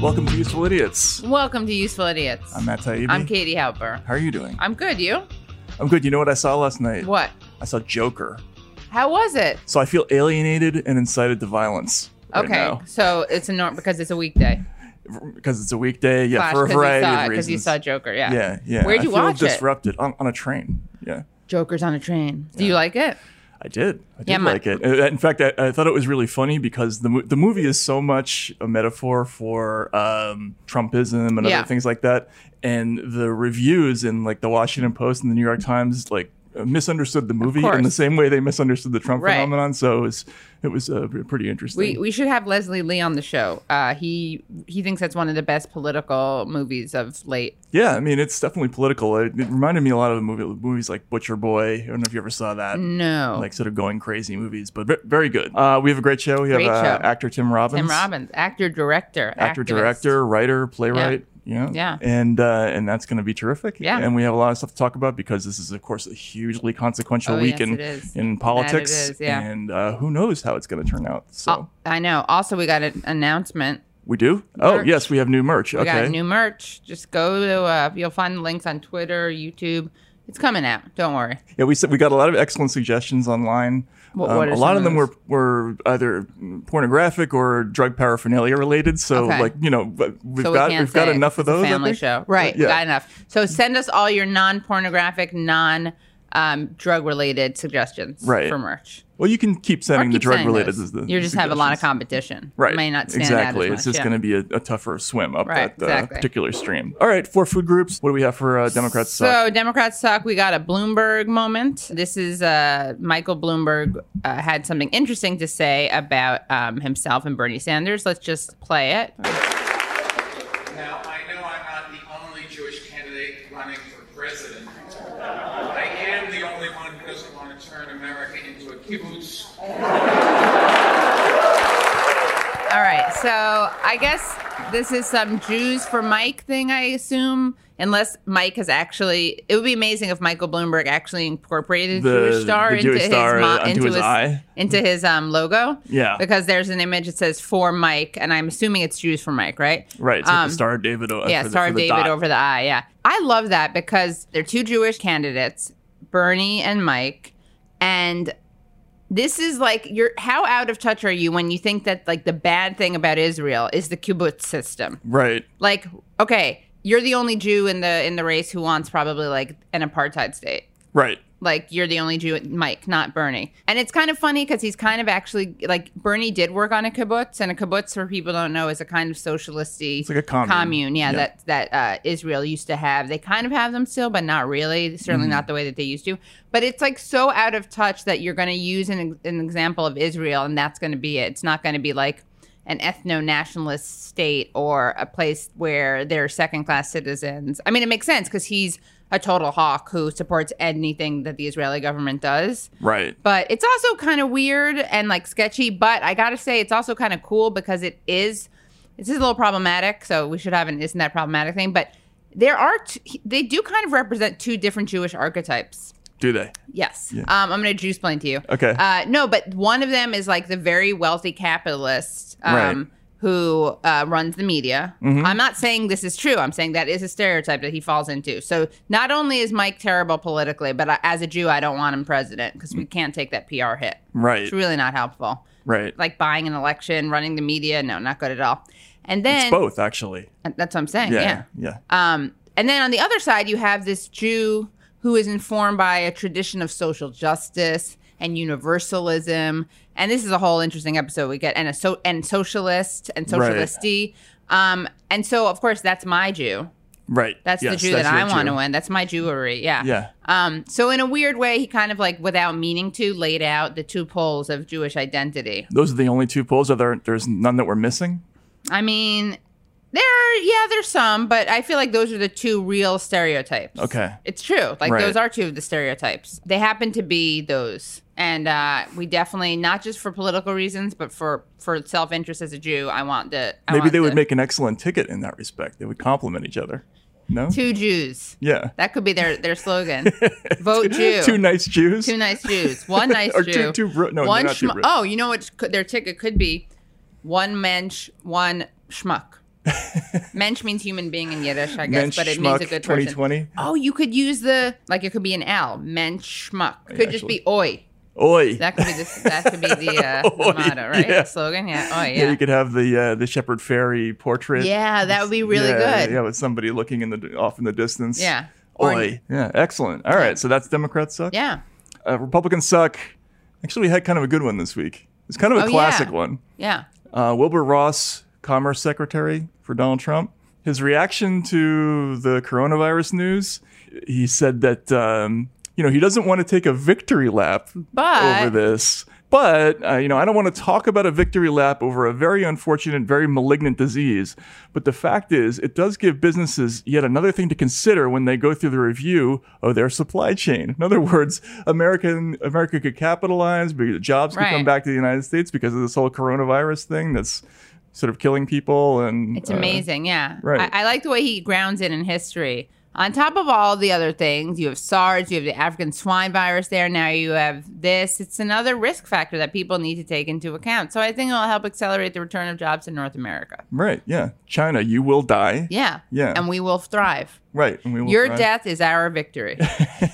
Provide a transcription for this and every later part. Welcome to Useful Idiots. Welcome to Useful Idiots. I'm Matt Taibbi. I'm Katie Halper. How are you doing? I'm good. You? I'm good. You know what I saw last night? What? I saw Joker. How was it? So I feel alienated and incited to violence. right okay, now. so it's a norm because it's a weekday. Because it's a weekday. Yeah, Slash for a 'cause variety you saw of it reasons. you saw Joker. Yeah. yeah, yeah. Where'd I you feel watch it? disrupted On, on a train. Yeah, Joker's on a train. Do you like it? I did. I did Yeah, my- like it. Uh, In fact, I, I thought it was really funny because the mo- the movie is so much a metaphor for um, Trumpism and Yeah. other things like that. And the reviews in like the Washington Post and the New York Times like uh, misunderstood the movie in the course. same way they misunderstood the Trump Right. phenomenon. So it was it was uh, pretty interesting. We we should have Leslie Lee on the show. Uh, he he thinks that's one of the best political movies of late. Yeah, I mean, it's definitely political. It, it reminded me a lot of the movie, movies like Butcher Boy. I don't know if you ever saw that. Mm-hmm. No, Like sort of going crazy movies, but ve- very good. Uh, we have a great show. We Great have uh, show. actor Tim Robbins, Tim Robbins, actor director, actor activist. director, writer, playwright. Yeah. Yeah. And uh, and that's going to be terrific. Yeah. And we have a lot of stuff to talk about because this is, of course, a hugely consequential Oh, week yes, in it is. in That it politics. is, yeah. And uh, who knows how it's going to turn out? So Oh, I know. Also, we got an announcement. we do. Oh merch. yes, we have new merch. We okay. got new merch. Just go to. Uh, you'll find the links on Twitter, YouTube. It's coming out. Don't worry. Yeah, we said we got a lot of excellent suggestions online. Um, What- what are a lot some of them of were were either pornographic or drug paraphernalia related. So Okay. like you know, but we've so got we can't we've got say it. enough of It's a those. I family think. show, right? We Yeah. got enough. So send us all your non-pornographic, non. Um, drug related suggestions Right. for merch. Well, you can keep Or sending the keep drug sending related. those. as the you just have a lot of suggestions. competition. Right. May not stand out as exactly. much, It's just yeah. going to be a, a tougher swim up Right, that uh, exactly. particular stream. All right, for food groups, what do we have for uh, Democrats? Suck? So Democrats suck. We got a Bloomberg moment. This is uh, Michael Bloomberg uh, had something interesting to say about um, himself and Bernie Sanders. Let's just play it. Now, I know I'm not the only Jewish candidate running for president. I am the only one who doesn't want to turn America into a kibbutz. All right. So I guess this is some Jews for Mike thing, I assume. Unless Mike has actually, it would be amazing if Michael Bloomberg actually incorporated The- Jewish star the into Jewish his star mo- onto into his eye? into his um, logo. Yeah. because there's an image that says for Mike, and I'm assuming it's Jews for Mike, right? right, it's with Um, the star of David. o- uh, yeah, for the- Star for of the David dot. over the eye. Yeah, I love that because they're two Jewish candidates, Bernie and Mike, and this is like you're how out of touch are you when you think that like the bad thing about Israel is the kibbutz system? Right. Like, okay, you're the only Jew in the in the race who wants probably like an apartheid state. Right. Like you're the only Jew, Mike, not Bernie. And it's kind of funny because he's kind of actually like Bernie did work on a kibbutz, and a kibbutz, for people who don't know, is a kind of socialisty. It's like a commune. yeah, Yeah. that that uh, Israel used to have. They kind of have them still, but not really. Certainly not the way that they used to. But it's like so out of touch that you're going to use an, an example of Israel, and that's going to be it. It's not going to be like an ethno-nationalist state or a place where they're second-class citizens. I mean, it makes sense because he's a total hawk who supports anything that the Israeli government does. Right. But it's also kind of weird and like sketchy. But I gotta say, it's also kind of cool because it is. This is a little problematic, so we should have an isn't that problematic thing. But there are t- they do kind of represent two different Jewish archetypes. Do they? Yes, um, I'm gonna juice blend to you. Okay. Uh, no, but one of them is like the very wealthy capitalist. Um, Right. Mm-hmm. Who uh, runs the media? I'm not saying this is true. I'm saying that is a stereotype that he falls into. So not only is Mike terrible politically, but I, as a Jew, I don't want him president because we can't take that PR hit. Right. It's really not helpful. Right. Like buying an election, running the media, no, not good at all. And then it's both actually. that's what I'm saying. Yeah. Yeah. Yeah. Um, and then on the other side, you have this Jew who is informed by a tradition of social justice and universalism. And this is a whole interesting episode we get, and a so and socialist and Right. socialisty. Um, and so of course that's my Jew. Right. That's Yes, the Jew that I your want to Jew. win. That's my Jewry. Yeah. Yeah. Um, so in a weird way, he kind of like without meaning to laid out the two poles of Jewish identity. Those are the only two polls. Are there? There's none that we're missing. I mean, there, yeah, there's some, but I feel like those are the two real stereotypes. Okay. It's true. Like Right. those are two of the stereotypes. They happen to be those. And uh, we definitely not just for political reasons, but for for self interest as a Jew, I want the Oh, I Maybe want they would the make an excellent ticket in that respect. They would complement each other. No. two Jews. yeah. That could be their their slogan. Vote Jew. Two nice Jews. Two nice Jews. One nice Or Jew. two- two bro- no, they're one not two schmuck. bros. Oh, you know what? Could, their ticket could be one mensch, one schmuck. Mensch means human being in Yiddish, I guess, Mensch but it schmuck means a good person. 2020. Oh, you could use the like it could be an L. Mensch schmuck. Could just Oh, actually. be oi. Oi. That could be this that could be the, uh, the Oi, motto, right? yeah. Slogan. Yeah. Oi, yeah. yeah. you could have the uh, the Shepherd Fairy portrait. Yeah, that would be really yeah, good. Yeah, with somebody looking in the off in the distance. Yeah. Or- Oi. Yeah, excellent. All right, so that's Democrats suck. Yeah. Uh, Republicans suck. Actually, we had kind of a good one this week. It's kind of a Oh, yeah. classic one. Yeah. Uh, Wilbur Ross, Commerce Secretary for Donald Trump, his reaction to the coronavirus news, he said that um, you know he doesn't want to take a victory lap But- over this. But uh, you know, I don't want to talk about a victory lap over a very unfortunate, very malignant disease. But the fact is, it does give businesses yet another thing to consider when they go through the review of their supply chain. In other words, American America could capitalize, but jobs could come back Right. back to the United States because of this whole coronavirus thing that's sort of killing people and It's uh, amazing, yeah. right. I, I like the way he grounds it in history. On top of all the other things, you have SARS, you have the African swine virus there, now you have this. It's another risk factor that people need to take into account. So I think it'll help accelerate the return of jobs in North America. right, yeah. China, you will die. Yeah. Yeah. And we will thrive. Right. and we will Your thrive. death is our victory.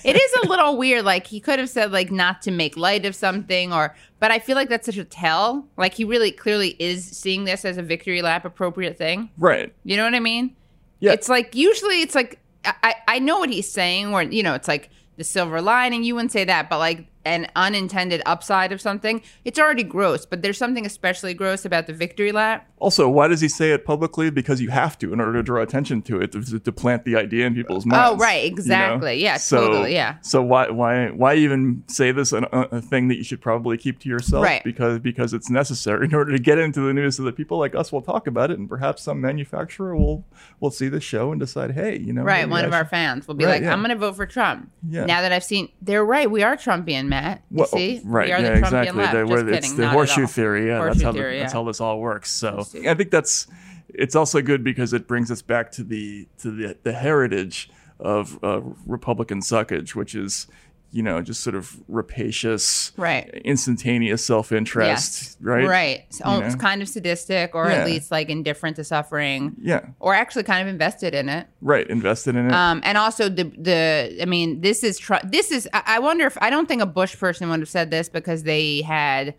it is a little weird. Like he could have said like not to make light of something or but I feel like that's such a tell. Like he really clearly is seeing this as a victory lap appropriate thing. Right. You know what I mean? Yeah. It's like usually it's like I- I, I know what he's saying, where you know, it's like the silver lining, you wouldn't say that, but like an unintended upside of something. It's already gross, but there's something especially gross about the victory lap. Also, why does he say it publicly? Because you have to in order to draw attention to it, to, to plant the idea in people's minds. Oh, right, you know? exactly. Yeah, So- totally, yeah. So why why why even say this an, a a thing that you should probably keep to yourself? Right. Because because it's necessary in order to get into the news, so that people like us will talk about it, and perhaps some manufacturer will will see the show and decide, hey, you know, Right. maybe One I of should- our fans will be Right, like, yeah. I'm gonna vote for Trump. Yeah. Now that I've seen they're right, we are Trumpian, Matt. You Well, see? Right. We are yeah, the Trumpian exactly. left. They Just were- kidding. it's the not at horseshoe all. theory. Yeah, that's, Horseshoe how the- theory, yeah. that's how this all works. So Horseshoe. I think that's it's also good because it brings us back to the to the the heritage of uh, Republican suckage, which is you know just sort of rapacious, Right. instantaneous self interest, right? Right. So You it's know? kind of sadistic or Yeah. at least like indifferent to suffering. Yeah. Or actually kind of invested in it. Right. Invested in it. Um, and also the the I mean this is tr- this is I I wonder if I don't think a Bush person would have said this because they had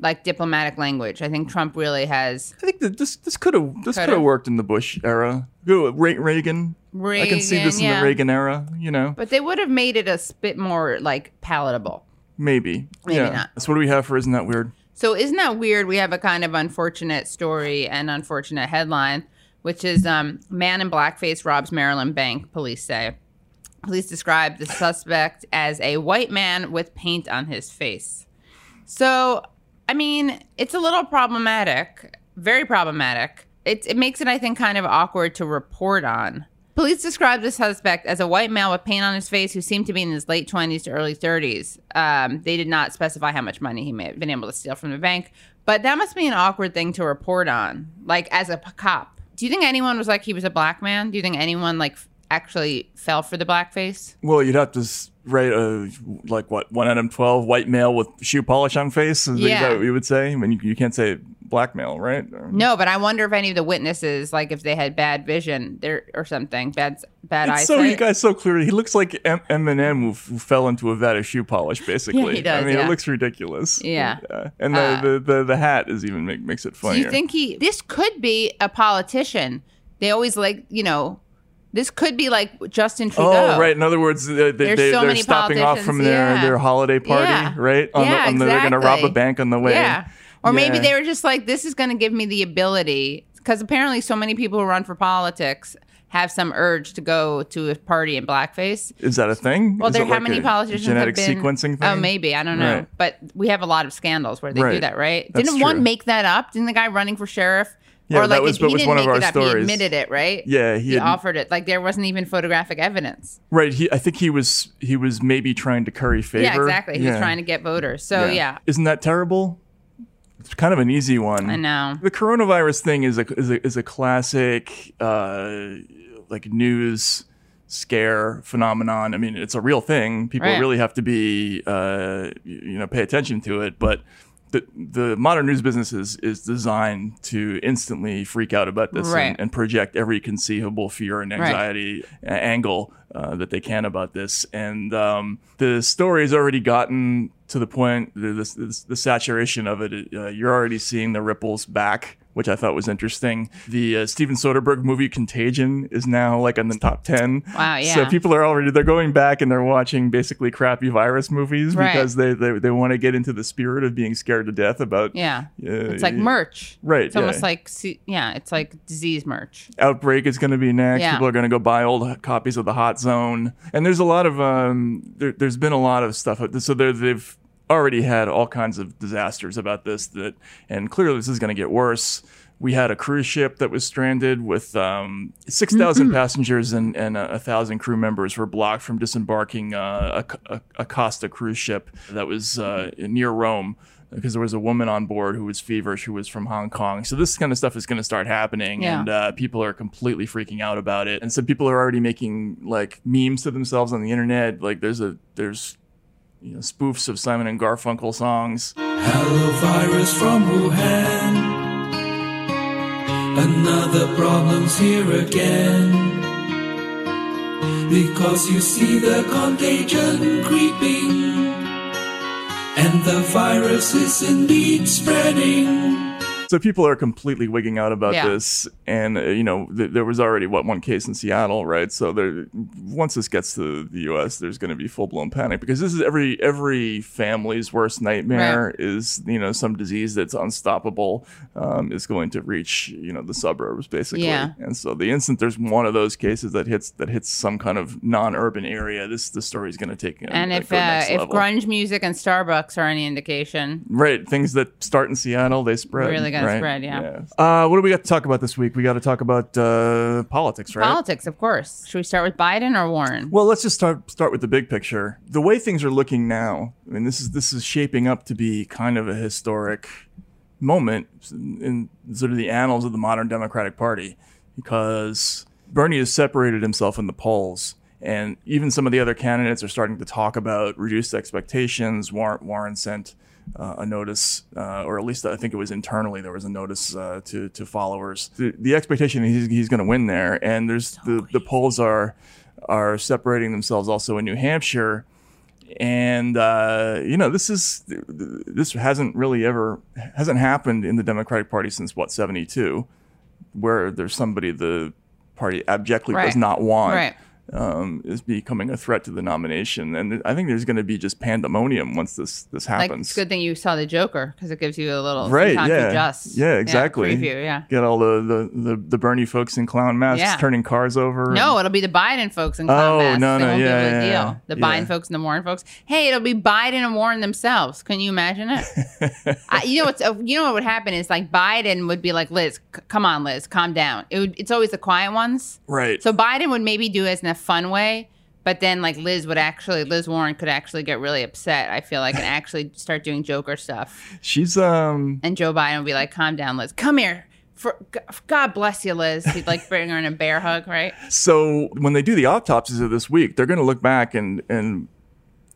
like diplomatic language. I think Trump really has I think that this this could have this could Could've. have worked in the Bush era. Ooh, Re- Reagan. I can see this in Reagan, yeah. the Reagan era. You know. but they would have made it a s- bit more like palatable. Maybe. Maybe yeah. not. So what do we have for isn't that weird? So isn't that weird? We have a kind of unfortunate story and unfortunate headline, which is um, man in blackface robs Maryland bank. Police say. Police describe the suspect as a white man with paint on his face. So, I mean, it's a little problematic, very problematic. It, it makes it, I think, kind of awkward to report on. Police described the suspect as a white male with paint on his face who seemed to be in his late 20s to early 30s. Um, they did not specify how much money he may have been able to steal from the bank, but that must be an awkward thing to report on, like as a p- cop. Do you think anyone was like he was a black man? Do you think anyone like f- actually fell for the blackface? Well, you'd have to s- write a like what one out of twelve white male with shoe polish on face. Is Yeah. that what you would say? I mean, you, you can't say black male, right? Or- No, but I wonder if any of the witnesses, like if they had bad vision there or something, bad bad It's eyesight. so you guys so clearly he looks like M- Eminem who, f- who fell into a vat of shoe polish. Basically, does, I mean, yeah. it looks ridiculous. Yeah. and the, Uh, the, the the hat is even make, makes it Do funnier. you think he? This could be a politician. They always like you know. This could be like Justin Trudeau. Oh, right. In other words, they, they, There's they, so they're many stopping off politicians, from their, yeah. their holiday party, Yeah. right? On Yeah, the, on the, They're going to rob exactly. a bank on the way. Yeah. Or maybe Yeah. they were just like, this is going to give me the ability. Because apparently, so many people who run for politics have some urge to go to a party in blackface. Is that a thing? Well, Is there it how like many a politicians genetic have been sequencing thing? Oh, maybe I don't know. Right. But we have a lot of scandals where they do Right. that, right? That's Didn't one true. make that up? Didn't the guy running for sheriff? Yeah, or that like was- if that he was didn't one of make our it up, he stories. admitted it, right? Yeah, he he, had- offered it. Like there wasn't even photographic evidence. Right. He, I think he was he was maybe trying to curry favor. Yeah, exactly. He was trying to get voters. So yeah, Isn't that terrible? It's kind of an easy one. I know. The coronavirus thing is a is a, is a classic uh, like news scare phenomenon. I mean, it's a real thing. People Right. really have to be uh, y- you know pay attention to it, but. the, the modern news business is, is designed to instantly freak out about this Right. and, and project every conceivable fear and anxiety a- angle uh, that they can about this. And um, the story's already gotten to the point, the, the, the, saturation of it, uh, you're already seeing the ripples back. Which I thought was interesting. The uh, Steven Soderbergh movie *Contagion* is now like in the top ten. Wow, So yeah. people are already they're going back and they're watching basically crappy virus movies Right. because they they, they want to get into the spirit of being scared to death about uh, Yeah. Yeah, it's like yeah. merch. Right, It's almost yeah. like, see, yeah, it's like disease merch. outbreak is going to be next. Yeah. People are going to go buy old h- copies of the Hot Zone, and there's a lot of um, there, there's been a lot of stuff. So there- they've already had all kinds of disasters about this that, and clearly this is going to get worse. We had a cruise ship that was stranded with um, 6,000 passengers and, and a, a thousand crew members were blocked from disembarking uh, a, a, a Costa cruise ship that was uh, near Rome because there was a woman on board who was feverish who was from Hong Kong. So this kind of stuff is going to start happening Yeah. and uh, people are completely freaking out about it. And so people are already making like memes to themselves on the internet. Like there's a there's you know spoofs of Simon and Garfunkel songs. Hello, virus from Wuhan. Another problem's here again. Because you see the contagion creeping, and the virus is indeed spreading. So people are completely wigging out about Yeah. this. And uh, you know th- there was already what one case in Seattle, right? So there once this gets to the U.S., there's going to be full blown panic because this is every every family's worst nightmare is you know some disease that's unstoppable um, is going to reach you know the suburbs basically. Yeah. And so the instant there's one of those cases that hits that hits some kind of non-urban area, this the story is going to take. a- And a if go uh, next if level. grunge music and Starbucks are any indication, Right, things that start in Seattle, they spread. Really gonna right? spread, yeah. Uh, what do we got to talk about this week? We got to talk about uh, politics, right? politics, of course. Should we start with Biden or Warren? well, let's just start start with the big picture. The way things are looking now, I mean, this is this is shaping up to be kind of a historic moment in sort of the annals of the modern Democratic Party because Bernie has separated himself in the polls. And even some of the other candidates are starting to talk about reduced expectations. Warren, Warren sent uh, a notice, uh, or at least I think it was internally there was a notice uh, to to followers. The, the expectation is he's, he's going to win there, and there's the, the polls are are separating themselves also in New Hampshire and uh, you know this is this hasn't really ever hasn't happened in the Democratic Party since what 72 where there's somebody the party abjectly does Right. not want Right. um, is becoming a threat to the nomination and I think there's going to be just pandemonium once this this Like happens it's a good thing you saw the Joker because it gives you a little Right, sometimes yeah. you just Yeah, exactly. preview, yeah. get all the the, the the Bernie folks in clown masks Yeah. turning cars over No, ittle be the Biden folks in clown Oh, masks. no, They no, won't be yeah, able to yeah, yeah. deal. The Yeah. Biden folks and the Warren folks. Hey, it'll be Biden and Warren themselves. Can you imagine it? I, you know what's uh, you know what would happen is like Biden would be like Liz, c- come on, Liz, calm down. It would, it's always the quiet ones. right So Biden would maybe do it in a fun way, but then like Liz would actually, Liz Warren could actually get really upset. I feel like and actually start doing Joker stuff. she's um And Joe Biden would be like, calm down, Liz, come here. For, g- God bless you, Liz. He'd like bring her in a bear hug, right? So when they do the autopsies of this week, they're going to look back and and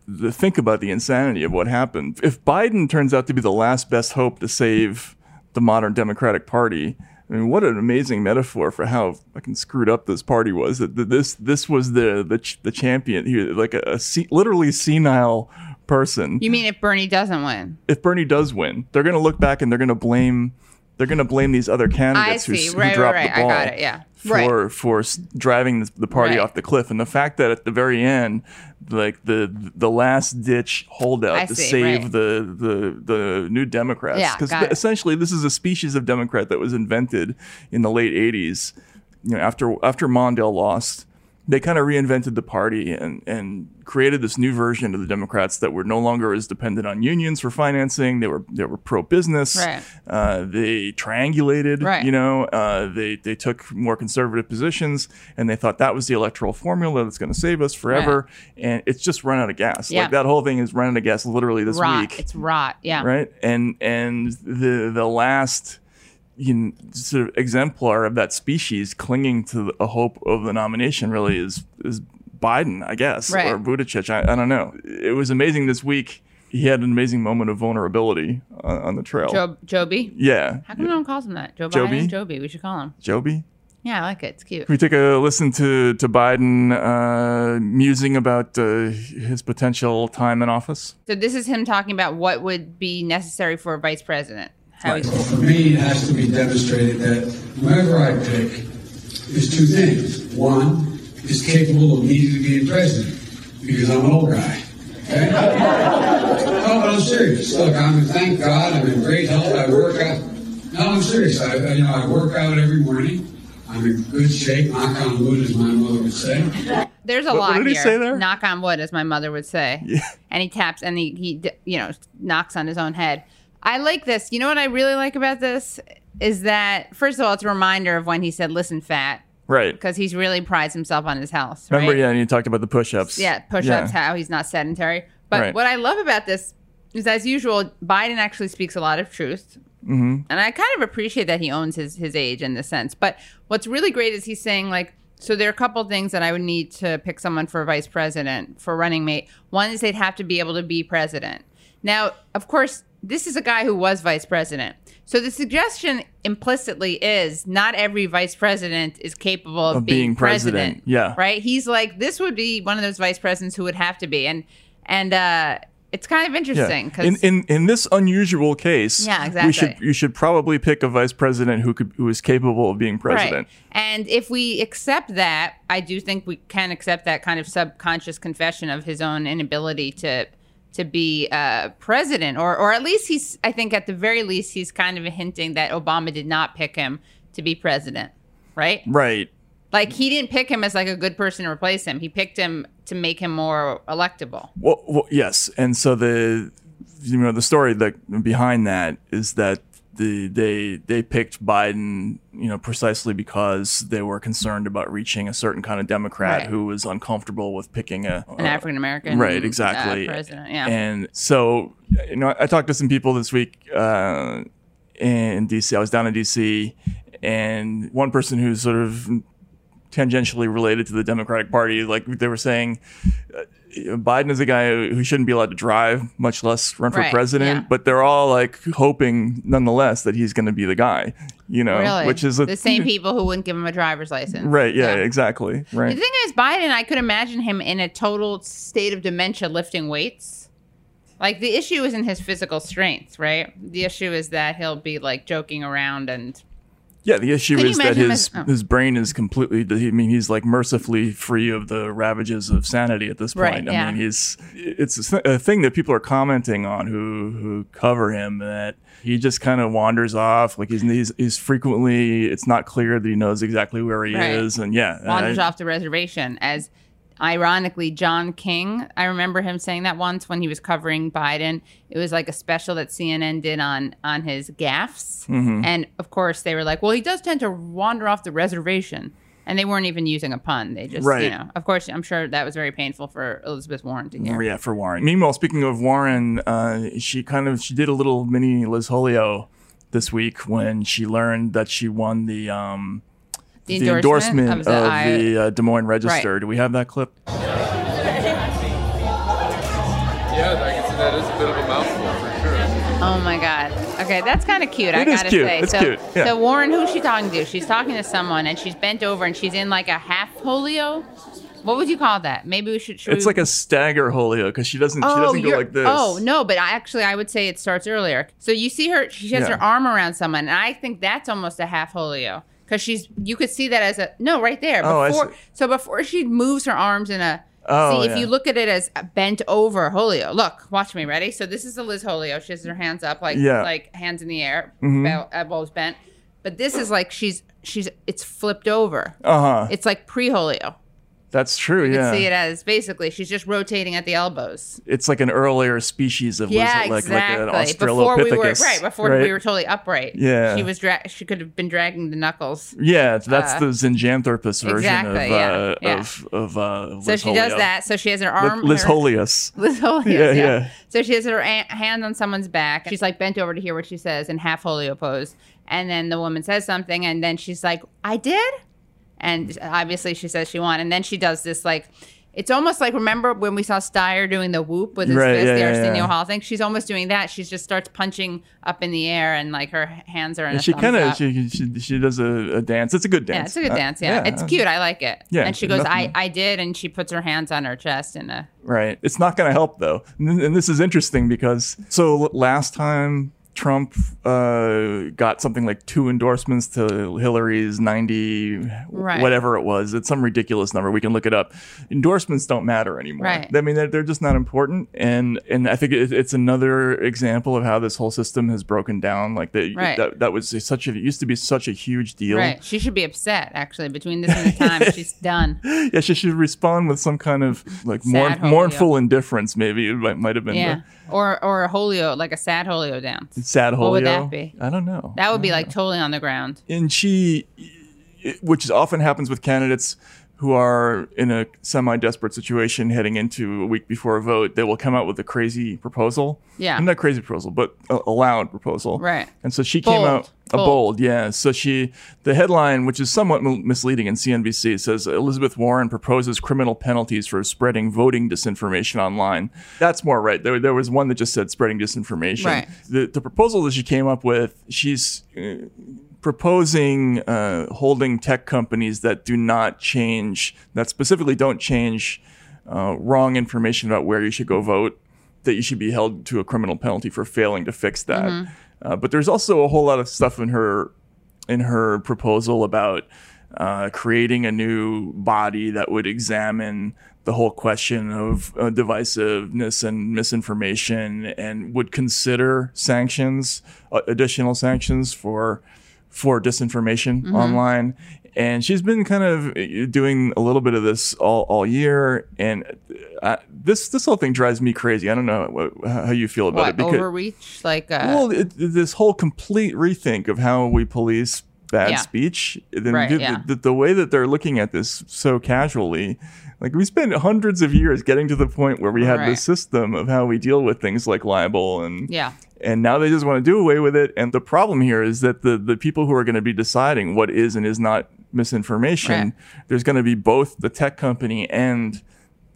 the, think about the insanity of what happened. If Biden turns out to be the last best hope to save the modern Democratic Party, I mean, what an amazing metaphor for how fucking screwed up this party was. That that this this was the the, ch- the champion here, like a, a se- literally senile person You mean if Bernie doesn't win? if Bernie does win, they're going to look back and they're going to blame they're going to blame these other candidates who, see. who Right, dropped right, the right. I ball. got it. Yeah. For for s- driving the, the party Right. off the cliff, and the fact that at the very end, like the the last ditch holdout I to see, save right. the the the new Democrats, Yeah, because got it. essentially this is a species of Democrat that was invented in the late '80s. You know, after after Mondale lost, they kind of reinvented the party and and created this new version of the Democrats that were no longer as dependent on unions for financing. They were they were pro business. Right. Uh, they triangulated. Right. You know, uh, they they took more conservative positions and they thought that was the electoral formula that's going to save us forever. And it's just run out of gas. Yeah. Like that whole thing is run out of gas literally this rot. week It's rot. Yeah. right and and the the last you know, sort of exemplar of that species clinging to the- a hope of the nomination really is is Biden, I guess, Right. or Buttigieg. I, I don't know. It was amazing this week he had an amazing moment of vulnerability on, on the trail. Job, Joby. yeah. How come no one calls him that? Joe Joby? Biden. Joby. We should call him. Joby? Yeah, I like it. It's cute. Can we take a listen to, to Biden uh, musing about uh, his potential time in office? So this is him talking about what would be necessary for a vice president. How he- For me, it has to be demonstrated that whoever I pick is two things. One, is capable of needing to be president because I'm an old guy. Okay? no, but I'm serious. Look, I'm thank God I'm in great health. I work out. No, I'm serious. I I- you know I work out every morning. I'm in good shape. Knock on wood, as my mother would say. There's a What- lot what did he here. say there? Knock on wood, as my mother would say. Yeah. And he taps and he, he d- you know knocks on his own head. I like this. You know what I really like about this is that first of all, it's a reminder of when he said, "Listen, fat," Right. because he's really prides himself on his health. Right? Remember, yeah, and you talked about the push ups. Yeah, push ups, how he's not sedentary. But Right. what I love about this is, as usual, Biden actually speaks a lot of truth. Mm-hmm. And I kind of appreciate that he owns his, his age in this sense. But what's really great is he's saying, like, so there are a couple things that I would need to pick someone for vice president, for running mate. One is they'd have to be able to be president. Now, of course, this is a guy who was vice president. So the suggestion implicitly is not every vice president is capable of, Of being, being president. president. Yeah. Right? He's like, this would be one of those vice presidents who would have to be. And and uh it's kind of Yeah. interesting because In, in in this unusual case, Yeah, We exactly. should you should probably pick a vice president who could who is capable of being president. And if we accept that, I do think we can accept that kind of subconscious confession of his own inability to to be uh, president, or or at least he's. I think at the very least he's kind of hinting that Obama did not pick him to be president, right? Right. Like he didn't pick him as like a good person to replace him. He picked him to make him more electable. Well, well, yes, and so the you know the story that behind that is that the they they picked Biden you know precisely because they were concerned about reaching a certain kind of Democrat Right. who was uncomfortable with picking a An African American, Uh, right exactly uh, president, yeah. and so you know I talked to some people this week uh, in DC I was down in DC and one person who's sort of tangentially related to the Democratic Party like they were saying uh, Biden is a guy who shouldn't be allowed to drive, much less run for Right, president. yeah. But they're all like hoping, nonetheless, that he's going to be the guy. You know, really, Oh, which is a, the same people who wouldn't give him a driver's license, right? Yeah, Yeah. exactly. Right. The thing is, Biden, I could imagine him in a total state of dementia lifting weights. Like, the issue isn't his physical strength, right? The issue is that he'll be like joking around and. yeah, the issue Can you is that imagine his this- oh. his brain is completely. I mean, he's like mercifully free of the ravages of sanity at this point. Right, I yeah. mean, he's it's a th- a thing that people are commenting on who who cover him that he just kind of wanders off. Like he's, he's he's frequently. It's not clear that he knows exactly where he Right. is, and yeah, and wanders I- off the reservation as ironically john king i remember him saying that once when he was covering biden it was like a special that cnn did on on his gaffes Mm-hmm. and of course they were like well he does tend to wander off the reservation and they weren't even using a pun they just Right. you know of course i'm sure that was very painful for elizabeth warren to hear Yeah, for Warren. Meanwhile, speaking of Warren, uh, she kind of she did a little mini Liz Holio this week when she learned that she won the um, the, the endorsement, of the, I- uh, Des Moines Register. Right. Do we have that clip? Yeah, I can see that is a bit of a mouthful for sure. Oh my God. Okay, that's kind of cute. I It is gotta cute. say. It's so, cute, yeah. so Warren, who's she talking to? She's talking to someone, and she's bent over, and she's in like a half polio. What would you call that? Maybe we should. should It's we- like a stagger Holio because she doesn't she doesn't go you're- like this. Oh no, but I actually I would say it starts earlier. So you see her, she has Yeah. her arm around someone, and I think that's almost a half holio because she's you could see that as a no right there. Oh, I Before, see. so before she moves her arms in a. Oh, see, if yeah. you look at it as a bent over holio, look, watch me, ready? So this is the Liz holio. She has her hands up, like Yeah. Mm-hmm. like hands in the air, bow, elbows bent. But this is like she's she's it's flipped over. Uh huh. It's like pre holio. That's true. You yeah. can see it as basically she's just rotating at the elbows. It's like an earlier species of Yeah, lizard, like, exactly. like an before Australopithecus. we were right, before we were totally upright. Yeah. she was dra- she could have been dragging the knuckles. Yeah, that's uh, the Zinjanthropus version of, exactly, yeah, uh, yeah. of of uh, Liz So she does Holio. that. So she has her Li- arm. Liz her- Holius. Liz Holius, Yeah, yeah, yeah. So she has her a- hand on someone's back. She's like bent over to hear what she says in half holio pose. And then the woman says something, and then she's like, "I did," and obviously she says she won. And then she does this like It's almost like remember when we saw Steyer doing the whoop with his Right, fist, yeah, the yeah, Arsenio yeah. Hall thing. She's almost doing that. She just starts punching up in the air and like her hands are in. And a she thumbs kind up. of she, she she does a, a dance. It's a good dance. yeah, it's a good Uh, dance. Yeah. it's cute. I like it. Yeah, and she goes, nothing- I, I did, and she puts her hands on her chest in a Right. It's not going to help though. And, and this is interesting because so l- last time Trump uh, got something like two endorsements to Hillary's 90, Right. whatever it was. It's some ridiculous number. We can look it up. Endorsements don't matter anymore. Right. I mean, they're, they're just not important. And and I think it, it's another example of how this whole system has broken down. Like the, Right. that, that was such a, it used to be such a huge deal. right. She should be upset actually. Between this and the time, she's done. Yeah, she should respond with some kind of like Sad mourn, Holyoke. mournful indifference. Maybe it might, might have been. Yeah, the- or or a holio like a sad holio dance. Sad Holyo. What would that be? I don't know. That would be like totally on the ground. and she, it- which is often happens with candidates who are in a semi-desperate situation heading into a week before a vote, they will come out with a crazy proposal. Yeah. not crazy proposal, but a, a loud proposal. Right. And so she Bold. came out a Bold. bold, yeah. So she, the headline, which is somewhat m- misleading in CNBC, says Elizabeth Warren proposes criminal penalties for spreading voting disinformation online. That's more right. There, there was one that just said spreading disinformation. Right. The, the proposal that she came up with, she's uh, proposing uh, holding tech companies that do not change, that specifically don't change uh, wrong information about where you should go vote, that you should be held to a criminal penalty for failing to fix that. Uh, but there's also a whole lot of stuff in her in her proposal about uh, creating a new body that would examine the whole question of uh, divisiveness and misinformation and would consider sanctions, uh, additional sanctions for for disinformation online. And she's been kind of uh, doing a little bit of this all, all year, and uh, this this whole thing drives me crazy. I don't know wh- how you feel about What it because overreach? Like uh, well, it, this whole complete rethink of how we police bad Yeah. speech, then Right, do- yeah. the, the way that they're looking at this so casually, like we spent hundreds of years getting to the point where we had Right. this system of how we deal with things like libel and yeah, and now they just want to do away with it. And the problem here is that the the people who are going to be deciding what is and is not misinformation, there's going to be both the tech company and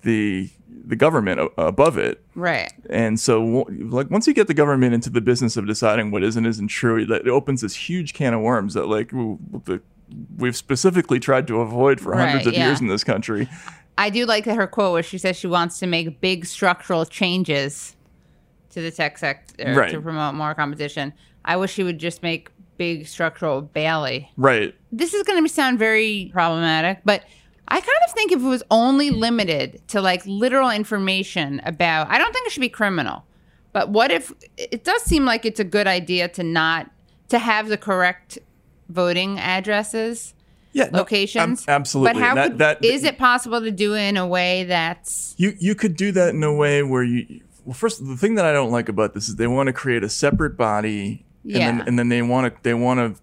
the the government a- above it. right. And so, w- like, once you get the government into the business of deciding what is and isn't true, that it opens this huge can of worms that, like, w- the, we've specifically tried to avoid for Right, hundreds of yeah. years in this country. I do like that her quote where she says she wants to make big structural changes to the tech sector Right. to promote more competition. I wish she would just make big structural Bailey. Right. This is going to sound very problematic, but I kind of think if it was only limited to like literal information about, I don't think it should be criminal. But what if it does seem like it's a good idea to not to have the correct voting addresses? Yeah. no, locations. Uh, ab- absolutely. But how That- could, that- is it possible to do it in a way that's You you could do that in a way where you. Well, first, the thing that I don't like about this is they want to create a separate body, and Yeah. then, and then they want to they want to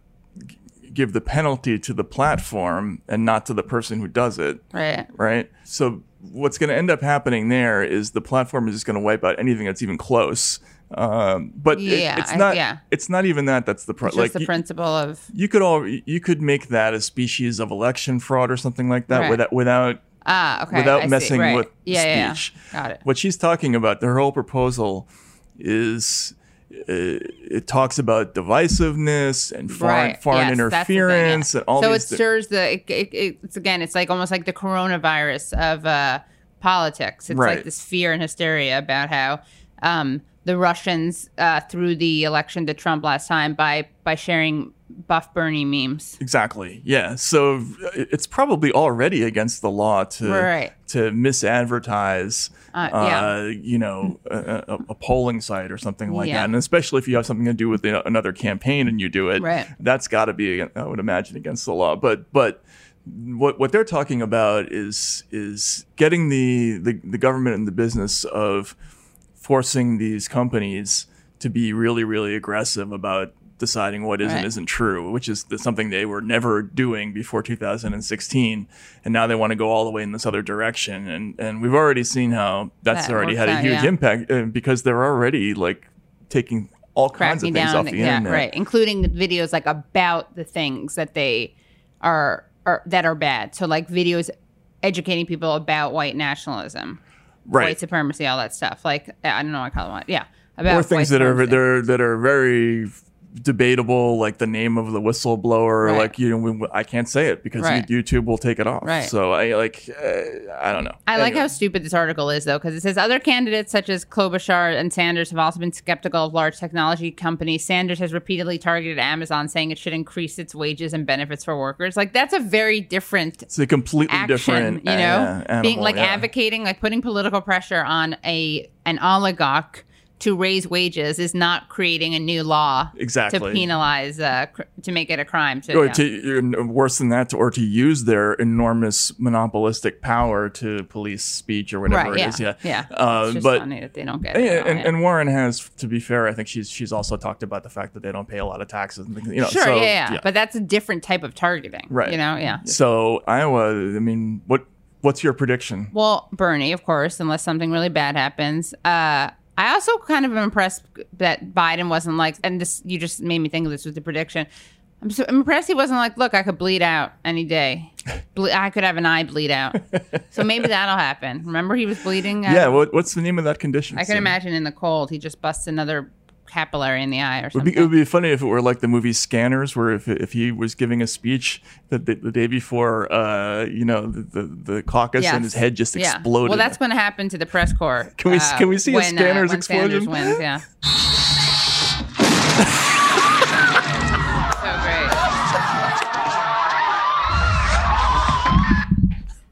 give the penalty to the platform and not to the person who does it. right? right? So what's going to end up happening there is the platform is just going to wipe out anything that's even close. Um, but it- Yeah, it's I- not. yeah. It's not even that. That's the pro- Just like the you- principle of You could all you could make that a species of election fraud or something like that Right. without without ah, okay, I without see, messing right. with yeah, yeah, yeah. speech. Got it. What she's talking about, her whole proposal is uh, it talks about divisiveness and foreign right. foreign yes, that's the thing, yeah. interference and all so these. it thi- stirs the. It, it, it's again. It's like almost like the coronavirus of uh, politics. It's Right. like this fear and hysteria about how um, the Russians uh, threw the election to Trump last time by by sharing Buff Bernie memes. Exactly. Yeah. So uh, it's probably already against the law to Right. to misadvertise, Uh, uh, yeah. you know, a, a, a polling site or something like Yeah. that. And especially if you have something to do with you know, another campaign and you do it, Right. that's got to be, I would imagine, against the law. But but what what they're talking about is is getting the the, the government in the business of forcing these companies to be really, really aggressive about deciding what is Right. and isn't true, which is th- something they were never doing before 2016. And now they want to go all the way in this other direction. And, and we've already seen how that's That already works had a out, huge yeah. impact uh, because they're already like taking all kinds cracking of things down. off the yeah, internet. right. Including videos like about the things that they are, are that are bad. So like videos educating people about white nationalism, right? white supremacy, all that stuff. Like I don't know what I call it. Yeah, about or things white that are supremacy. that are that are very debatable, like the name of the whistleblower. Right. Like you know, we, I can't say it because Right. you- YouTube will take it off. Right. So I like, uh, I don't know. I like Anyway. how stupid this article is, though, because it says other candidates such as Klobuchar and Sanders have also been skeptical of large technology companies. Sanders has repeatedly targeted Amazon, saying it should increase its wages and benefits for workers. Like that's a very different it's a completely action, different, you know, uh, being animal, like yeah. advocating, like putting political pressure on a an oligarch to raise wages is not creating a new law Exactly. to penalize uh, cr- to make it a crime. To, Or yeah. to, you're- worse than that, or to use their enormous monopolistic power to police speech or whatever right? it Yeah, is. Yeah, yeah. Uh, it's just but funny that they don't get Yeah, it. and, at all, and, Warren has, to be fair, I think she's she's also talked about the fact that they don't pay a lot of taxes. And things, you know, Sure, so, yeah, yeah, but that's a different type of targeting, Right. You know, yeah. So Iowa, I mean, what what's your prediction? Well, Bernie, of course, unless something really bad happens. Uh, I also kind of am impressed that Biden wasn't like, and this you just made me think of this with the prediction. I'm so I'm impressed he wasn't like, look, I could bleed out any day. Ble- I could have an eye bleed out. so maybe that'll happen. Remember, he was bleeding. out? yeah, what, what's the name of that condition? I can Sid? imagine in the cold, he just busts another capillary in the eye or It would, something. be, it would be funny if it were like the movie Scanners, where if, if he was giving a speech the, the, the day before, uh, you know, the, the, the caucus Yes. and his head just Yeah. exploded. Well, that's going to happen to the press corps. uh, Can we- can we see a Scanner's when Sanders explosion? wins, yeah. so great.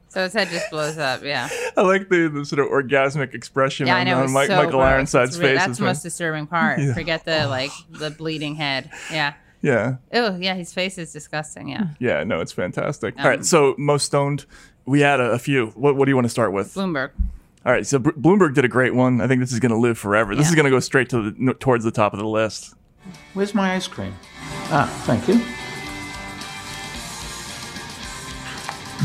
So his head just blows up. Yeah. I like the, the sort of orgasmic expression Yeah, I on, know. on it was Mike, so Michael gross. Ironside's It's really- face. That's It's the like- most disturbing part. Forget the like the bleeding head. Yeah. yeah. Oh yeah, his face is disgusting. Yeah. Yeah, no, it's fantastic. All Um, right, so most stoned, we had a, a few. What, what do you want to start with? Bloomberg. All right, so Br- Bloomberg did a great one. I think this is going to live forever. This Yeah. is going to go straight to the, no, towards the top of the list. Where's my ice cream? Ah, thank you.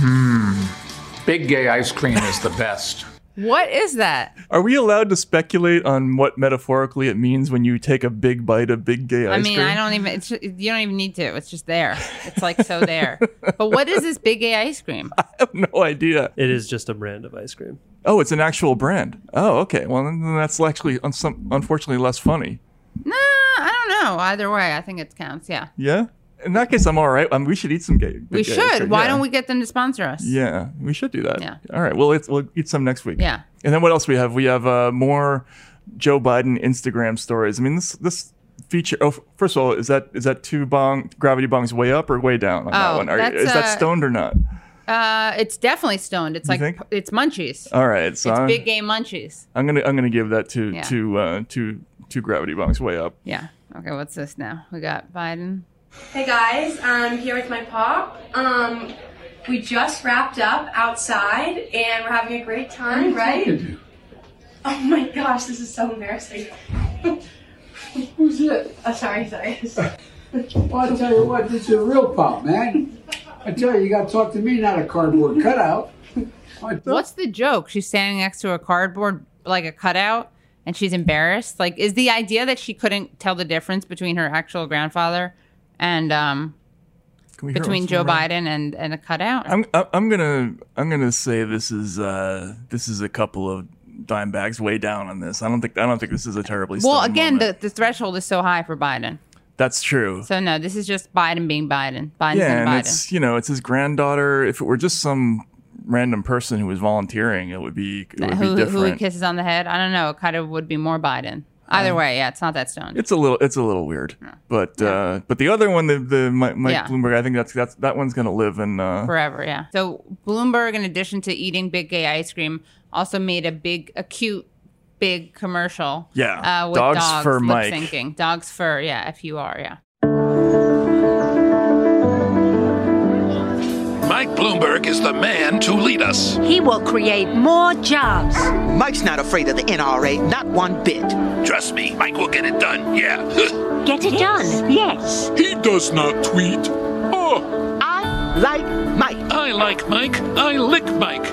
Hmm. Hmm. Big gay ice cream is the best. What is that? Are we allowed to speculate on what metaphorically it means when you take a big bite of big gay I ice mean, cream? I don't even. It's ju- you don't even need to. It's just there. It's like so there. But what is this big gay ice cream? have no idea. It is just a brand of ice cream. Oh, it's an actual brand. Oh, okay. Well, then that's actually un- some, unfortunately less funny. No, I don't know. Either way, I think it counts. Yeah, Yeah. In that case, I'm all right. Um, we should eat some gay. big we gay ice should. cream. Why Yeah. don't we get them to sponsor us? Yeah, we should do that. Yeah. All right. Well, it's, we'll eat some next week. Yeah. And then what else we have? We have uh, more Joe Biden Instagram stories. I mean, this this feature. Oh, f- first of all, is that is that two bong gravity bongs way up or way down on that Oh, one? Are, that's, is that uh, stoned or not? Uh, it's definitely stoned. It's like think? Uh, it's munchies. All right. So it's I'm, big gay munchies. I'm gonna I'm gonna give that to Yeah. to uh, to two gravity bongs way up. Yeah. Okay. What's this now? We got Biden. Hey guys, I'm here with my pop. Um, we just wrapped up outside and we're having a great time, right? Oh my gosh, this is so embarrassing. Who's it? Oh, sorry, sorry. Well, I tell you what, this is a real pop, man. I tell you, you got to talk to me, not a cardboard cutout. I thought- What's the joke? She's standing next to a cardboard, like a cutout, and she's embarrassed. Like, is the idea that she couldn't tell the difference between her actual grandfather and um, Can we hear it between from Joe the right? Biden and, and a cutout? I'm I- I'm gonna I'm gonna say this is uh, this is a couple of dime bags way down on this. I don't think I don't think this is a terribly well, stoned again, moment. the, the threshold is so high for Biden. that's true. So no, this is just Biden being Biden. Biden's yeah, and and Biden. it's you know it's his granddaughter. If it were just some random person who was volunteering, it would be it would who, be who he different. kisses on the head? I don't know. It kind of would be more Biden. Either way, yeah, it's not that stoned. it's a little it's a little weird, but uh, but the other one, the the Mi- Mike Yeah. Bloomberg, I think that's that's that one's gonna live in. Uh, forever. Yeah. So Bloomberg, in addition to eating big gay ice cream, also made a big, a cute, big commercial. Yeah. Uh, with Dogs dogs, for lip Mike. syncing. Dogs for yeah. If you are yeah. Mike Bloomberg is the man to lead us. He will create more jobs. Mike's not afraid of the NRA, not one bit. Trust me, Mike will get it done. Yeah. Get it done. Yes. he does not tweet. Oh, I like Mike. I like Mike. I lick Mike.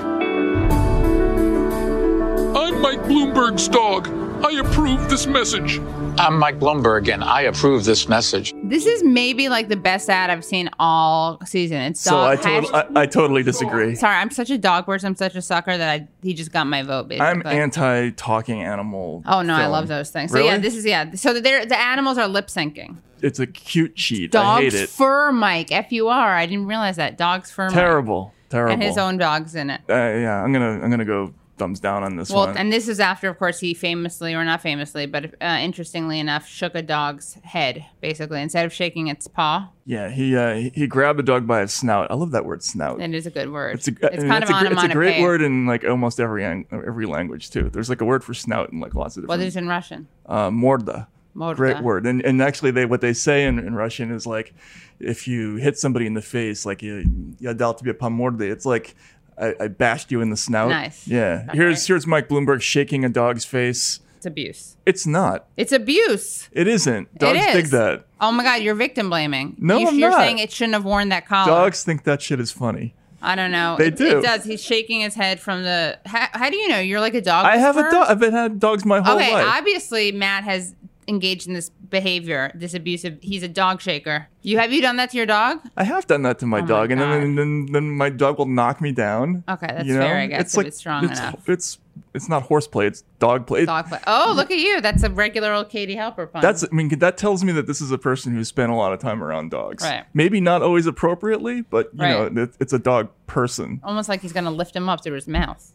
I'm Mike Bloomberg's dog. I approve this message. I'm Mike Bloomberg, and I approve this message. This is maybe like the best ad I've seen all season. It's So I, dog. tot- I, I totally disagree. Sorry, I'm such a dog person. I'm such a sucker that I he just got my vote. Basically. I'm anti talking animal. Oh no, I film. love those things. So Really? yeah, this is yeah. So they're the animals are lip syncing. It's a cute cheat. I hate Dogs it. fur Mike F U R. I didn't realize that. Dogs fur Mike. terrible. Terrible. And his own dogs in it. Uh, yeah, I'm gonna I'm gonna go thumbs down on this well, one. and this is after, of course, he famously, or not famously, but uh, interestingly enough, shook a dog's head basically instead of shaking its paw. yeah, he uh, he- he grabbed a dog by his snout. I love that word snout. It is a good word. It's, a, I mean, kind of that's a, gr- it's a great onomatopoeia. word in like almost every ang- every language too. There's like a word for snout in like lots of Well, different. there's in Russian. uh, morda. Morda. Great word. And and actually, they what they say in, in Russian is like, if you hit somebody in the face, like you ya dal тебе по морде. It's like I, I bashed you in the snout. Nice. Yeah. here's here's Mike Bloomberg shaking a dog's face. It's abuse. It's not. It's abuse. It isn't. Dogs it is. dig that. Oh my God, you're victim blaming. No, you, I'm you're not. saying it shouldn't have worn that collar. Dogs think that shit is funny. I don't know. They it, do. It does. He's shaking his head from the. How, how do you know? You're like a dog. I have a whisperer? dog. I've been had dogs my whole Okay, life. obviously Matt has engaged in this behavior, this abusive. He's a dog shaker. You have you done that to your dog? I have done that to my Oh my dog, and then, and then then my dog will knock me down. Okay, that's you know? fair. I guess if it's strong it's, enough. It's it's not horseplay. It's dog play. Dog play. Oh, look at you. That's a regular old Katie Helper pun. That's I mean that tells me that this is a person who spent a lot of time around dogs. Right. Maybe not always appropriately, but you Right. know it, it's a dog person. almost like he's gonna lift him up through his mouth.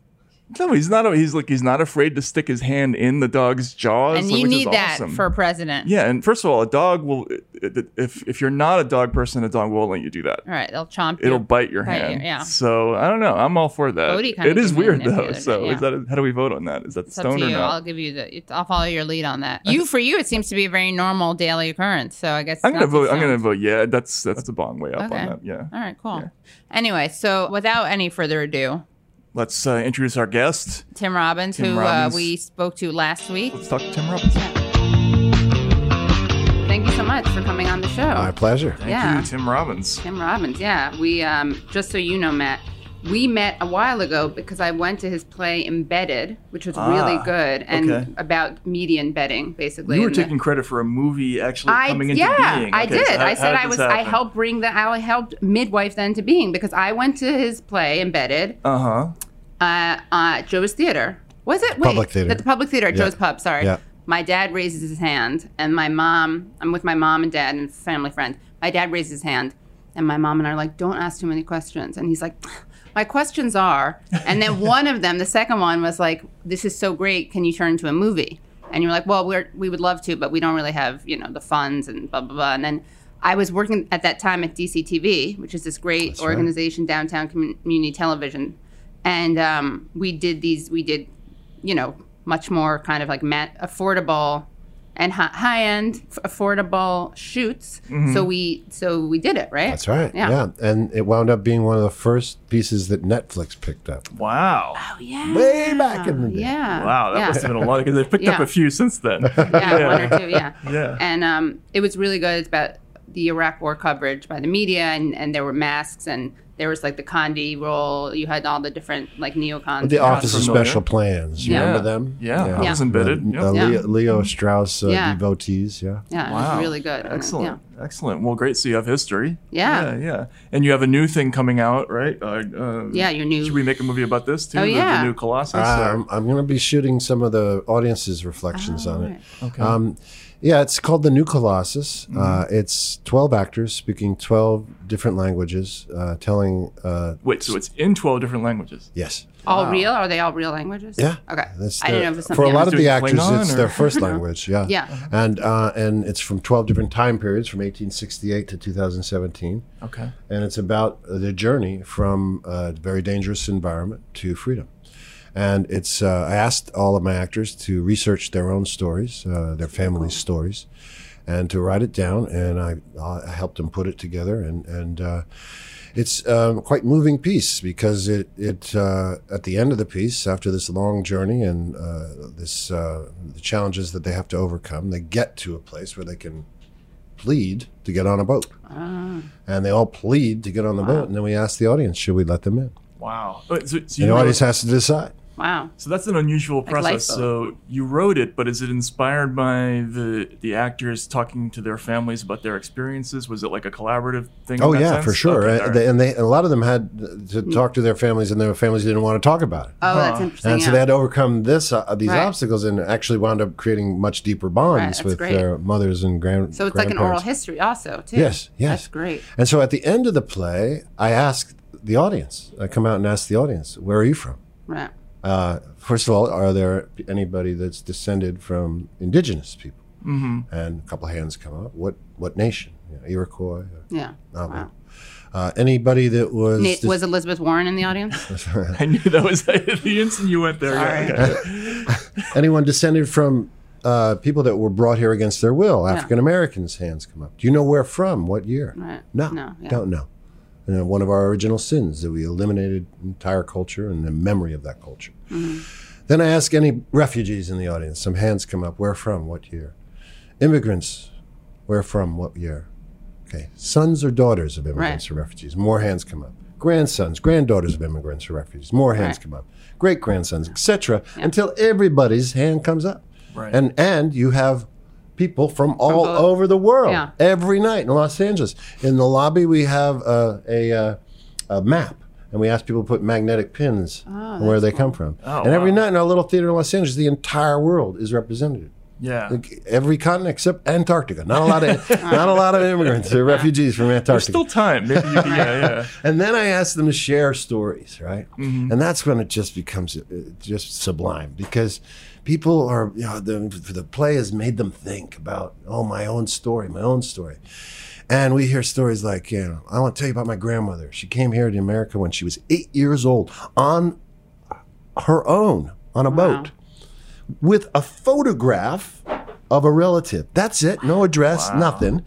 No, he's not. He's like he's not afraid to stick his hand in the dog's jaws. and you which need is that awesome. for a president. Yeah, and first of all, a dog will if if you're not a dog person, a dog won't let you do that. All right, they'll chomp. It'll you. bite your Bite you, hand. yeah. So I don't know. I'm all for that. Bodhi kinda It is did that weird the though. other day, so yeah. is that how do we vote on that? Is that It's up stoned to or you. not? I'll give you the. it- I'll follow your lead on that. You for you, it seems to be a very normal daily occurrence. So I guess it's I'm gonna not too vote. I'm soon. gonna vote. Yeah, that's that's a bong way up Okay. on that. Yeah. All right. Cool. Anyway, so without any further ado, Let's uh, introduce our guest. Tim Robbins, Tim who Robbins. Uh, we spoke to last week. Let's talk to Tim Robbins. Thank you so much for coming on the show. My pleasure. Thank Yeah. you, Tim Robbins. Tim Robbins. Yeah, we um, just so you know, Matt, we met a while ago because I went to his play Embedded, which was really Ah, good and okay. about median betting, basically. You were and the- taking credit for a movie actually I, coming into yeah, being. I Okay, did. so how- I how said did I this was. I happen? helped bring the. I helped midwife then to being because I went to his play Embedded Uh huh. uh, uh, Joe's Theater. Was it? Wait, Public theater. At the public theater at Yeah. Joe's Pub, sorry. Yeah. My dad raises his hand, and my mom, I'm with my mom and dad and family friend. My dad raises his hand, and my mom and I are like, don't ask too many questions. And he's like, my questions are. And then one of them, the second one, was like, this is so great. Can you turn into a movie? And you're like, well, we're, we would love to, but we don't really have, you know, the funds and blah, blah, blah. And then I was working at that time at DCTV, which is this great right. organization, downtown community television and um, we did these we did you know much more kind of like ma- affordable and hi- high end f- affordable shoots Mm-hmm. Mhm. so we so we did it right That's right. Yeah. And it wound up being one of the first pieces that Netflix picked up. Wow. Oh yeah. Way back in the day. yeah Wow, that yeah. must have been a lot because they've picked up Yeah. a few since then. yeah, one or two, yeah. Yeah. And um, it was really good. It's about the Iraq War coverage by the media, and, and there were masks, and there was like the Condi role. You had all the different like neocons. The Office of familiar. Special Plans. You Yeah. remember them? Yeah, I was Uh, embedded. uh, Yeah. Leo, Leo Strauss uh, Yeah. devotees. Yeah. Yeah, it was really good. And, uh, Excellent. Excellent. Well, great. So you have history. Yeah. Yeah. Yeah. And you have a new thing coming out, right? Uh, uh, Yeah, your new- Should we make a movie about this too? Oh, The- yeah. The new Colossus. or- Um, I'm going to be shooting some of the audience's reflections on it. Okay. Mm-hmm. Um, yeah, it's called The New Colossus. Uh, it's 12 actors speaking 12 different languages, uh, telling. Uh, Wait, so it's in 12 different languages? Yes. All real? Are they all real languages? Yeah. Okay. That's I didn't know their- if it was something for a lot of else. the actors, Klingon, it's or- their first language. Yeah. Yeah. And uh, and it's from twelve different time periods, from 1868 to 2017. Okay. And it's about their journey from a very dangerous environment to freedom. And it's uh, I asked all of my actors to research their own stories, uh, their family's stories, and to write it down. And I, I helped them put it together. And and uh, it's um, quite moving piece because it it uh, at the end of the piece, after this long journey and uh, this uh, the challenges that they have to overcome, they get to a place where they can plead to get on a boat, Ah. and they all plead to get on the boat. And then we ask the audience, should we let them in? Wow. Wait, so, so and you the wrote- audience has to decide. Wow. So that's an unusual Like process. so you wrote it, but is it inspired by the the actors talking to their families about their experiences? Was it like a collaborative thing? in Oh that yeah, sense? for sure. Okay, And- all right. they- and they a lot of them had to Mm. talk to their families, and their families didn't want to talk about it. Oh, that's Huh. interesting, And so yeah. they had to overcome this uh, these Right. obstacles, and actually wound up creating much deeper bonds that's with great. their mothers and grand. So it's like an oral grandparents. history, also too. Yes, yes. That's great. And so at the end of the play, I asked the audience. I come out and ask the audience, "Where are you from?" Right. Uh, first of all, are there anybody that's descended from indigenous people? Mhm. And a couple of hands come up. What what nation? You know, Iroquois. or Yeah. Navajo. Uh, anybody that was Nate, was Elizabeth Warren in the audience? I knew that was the instant you went there. yeah, okay. anyone descended from uh, people that were brought here against their will. African Americans' hands come up. Do you know where from? What year? Right. No, Uh, No, yeah. don't know. You know, one of our original sins that we eliminated entire culture and the memory of that culture. Mm-hmm. Then I ask any refugees in the audience. Some hands come up. Where from? What year? Immigrants. Where from? What year? Okay. Sons or daughters of immigrants or refugees. More hands come up. Grandsons, granddaughters of immigrants or refugees. More hands Right. come up. Great grandsons, etc. Until everybody's hand comes up. Right. And and you have people from all over the world Yeah. every night in Los Angeles. In the lobby, we have uh, a, uh a map. And we ask people to put magnetic pins Oh, where that's they come from. Oh, and every night in our little theater in Los Angeles, the entire world is represented. Yeah. Like, every continent except Antarctica. Not a lot of not a lot of immigrants or refugees from Antarctica. There's still time. Maybe you can, yeah, yeah. and then I ask them to share stories, right? And that's when it just becomes uh, just sublime because people are, you know, the, the play has made them think about, oh, my own story, my own story. And we hear stories like, you know, I want to tell you about my grandmother. She came here to America when she was eight years old on her own on a boat with a photograph of a relative. That's it, no address, Wow. nothing.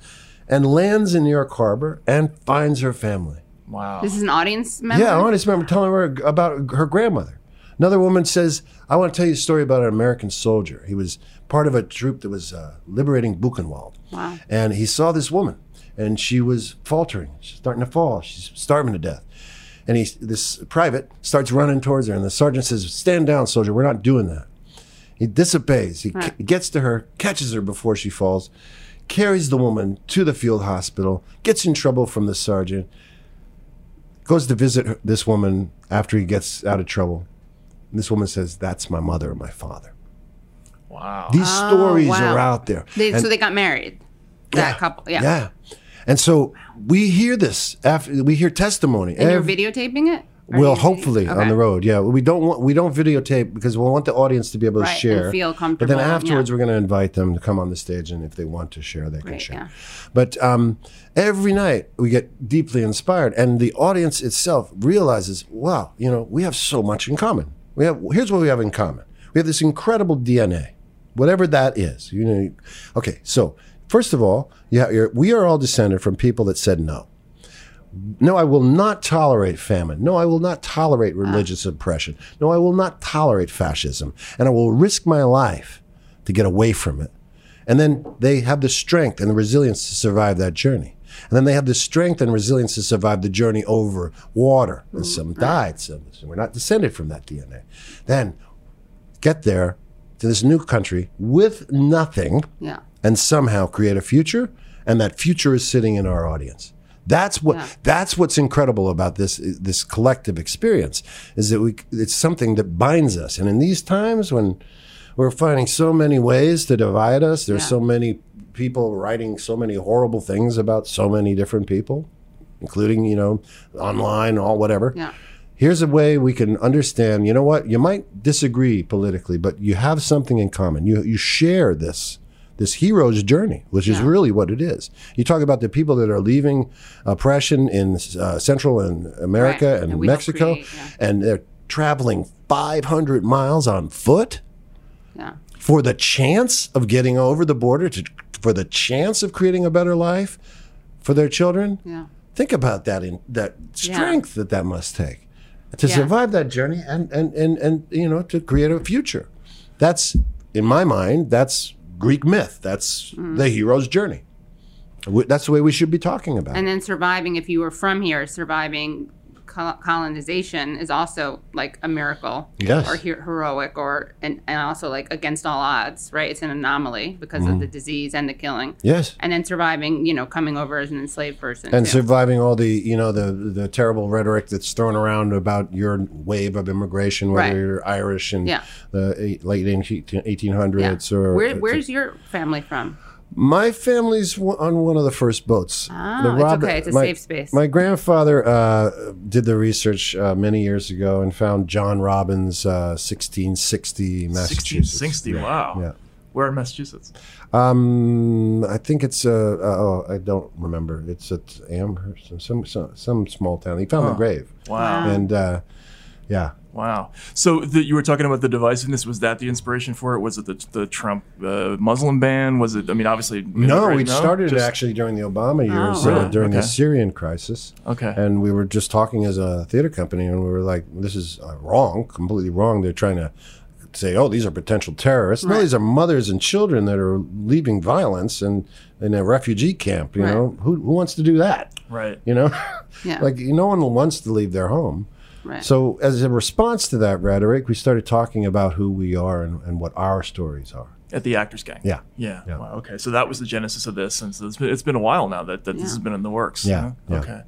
And lands in New York Harbor and finds her family. Wow. This is an audience member. Oh. Yeah, oh. I want to remember telling her about her grandmother. Another woman says, I want to tell you a story about an American soldier. He was part of a troop that was uh, liberating Buchenwald. Wow. And he saw this woman, and she was faltering. She's starting to fall. She's starving to death. And he, this private starts running towards her, and the sergeant says, Stand down, soldier. We're not doing that. He disobeys. He ca- gets to her, catches her before she falls, carries the woman to the field hospital, gets in trouble from the sergeant, goes to visit her, this woman after he gets out of trouble. And this woman says, That's my mother and my father. Wow. These Oh, stories wow. are out there. They, And- so they got married. That couple. Yeah. yeah. And so we hear this after we hear testimony. And Ev- you're videotaping it. Or well, you- hopefully on the road. Yeah, we don't want we don't videotape because we want the audience to be able to Right, and share, feel But then comfortable, afterwards, we're going to invite them to come on the stage, and if they want to share, they can Great, share. yeah. But um, every night we get deeply inspired, and the audience itself realizes, wow, you know, we have so much in common. We have here's what we have in common. We have this incredible DNA, whatever that is. You know, you- okay. So first of all, yeah, you're, we are all descended from people that said no. No, I will not tolerate famine. No, I will not tolerate religious oppression. No, I will not tolerate fascism. And I will risk my life to get away from it. And then they have the strength and the resilience to survive that journey. And then they have the strength and resilience to survive the journey over water. And some died, some, some were not descended from that DNA. Then get there to this new country with nothing Yeah. and somehow create a future and that future is sitting in our audience that's what Yeah. that's what's incredible about this this collective experience is that we it's something that binds us and in these times when we're finding so many ways to divide us there's so many people writing so many horrible things about so many different people including you know online all whatever Yeah. here's a way we can understand you know what you might disagree politically but you have something in common you you share this this hero's journey which is really what it is you talk about the people that are leaving oppression in uh, central and america Right. and, And we help mexico create, and they're traveling 500 miles on foot Yeah. for the chance of getting over the border to for the chance of creating a better life for their children Hmm. Yeah. think about that in that Yeah. strength that that must take to Yeah. survive that journey and and and and you know to create a future that's in my mind that's greek myth that's Mm. the hero's journey W- that's the way we should be talking about it. And then surviving, if you were from here, surviving c- col- colonization is also like a miracle Yes. or he- heroic or and, and also like against all odds right it's an anomaly because Mhm. of the disease and the killing Yes. and then surviving you know coming over as an enslaved person and too. surviving all the you know the the terrible rhetoric that's thrown around about your wave of immigration, whether Right. you're Irish in Yeah. the eight- late eighteen hundreds or Where, where's your family from My family's wa- on one of the first boats. Oh, The it's Rob- okay. It's a my- safe space. My grandfather uh, did the research uh, many years ago and found John Robbins, uh, 1660 Massachusetts. 1660. Yeah. Wow. Yeah. Where in Massachusetts? Um, I think it's uh, uh oh, I don't remember. It's at Amherst, some some some, some small town. He found Huh. the grave. Wow. And uh, yeah, Wow. So the, you were talking about the divisiveness. Was that the inspiration for it? Was it the, the Trump uh, Muslim ban? Was it? I mean, obviously. No, immigration- we started Just- actually during the Obama years, Oh, uh, really? during the Okay. Syrian crisis. Okay. And we were just talking as a theater company, and we were like, this is uh, wrong, completely wrong. They're trying to say, oh, these are potential terrorists. No, Right. these are mothers and children that are leaving violence and in a refugee camp. You Right. know, who, who wants to do that? Right. You know, Yeah. like no one wants to leave their home. Right. So, as a response to that rhetoric, we started talking about who we are and, and what our stories are. At the Actors Gang. Yeah. Yeah. Wow. Okay. So that was the genesis of this, and so it's been, it's been a while now that, that this has been in the works. Yeah, yeah. Okay.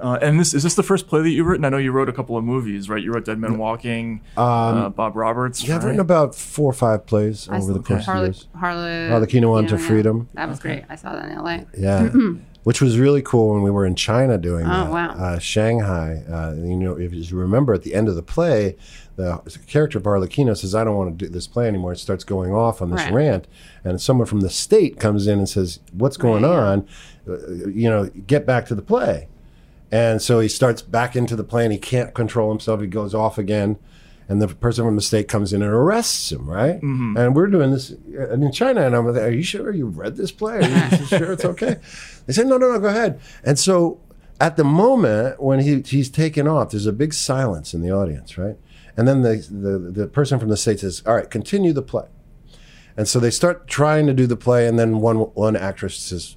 Uh, and this is this the first play that you've written? I know you wrote a couple of movies, right? You wrote Dead Men Walking, Um, uh, Bob Roberts. Yeah, I've right? written about four or five plays I over the saw course Harley- of years. Harley- Harlequin you on know, to yeah. Freedom. that was great i saw that in la Yeah. Which was really cool when we were in China doing Mm-hmm. Oh, that. wow. Uh, Shanghai. Uh, you know, if you remember at the end of the play, the character of Arlecchino says, I don't want to do this play anymore. It starts going off on this Right. rant. And someone from the state comes in and says, What's going on? Uh, you know, get back to the play. And so he starts back into the play and he can't control himself. He goes off again. And the person from the state comes in and arrests him, right? And we're doing this uh, in China. And I'm like, Are you sure you read this play? Are you sure it's okay? They said, No, no, no, go ahead. And so at the moment when he, he's taken off, there's a big silence in the audience, right? And then the, the, the person from the state says, All right, continue the play. And so they start trying to do the play. And then one, one actress says,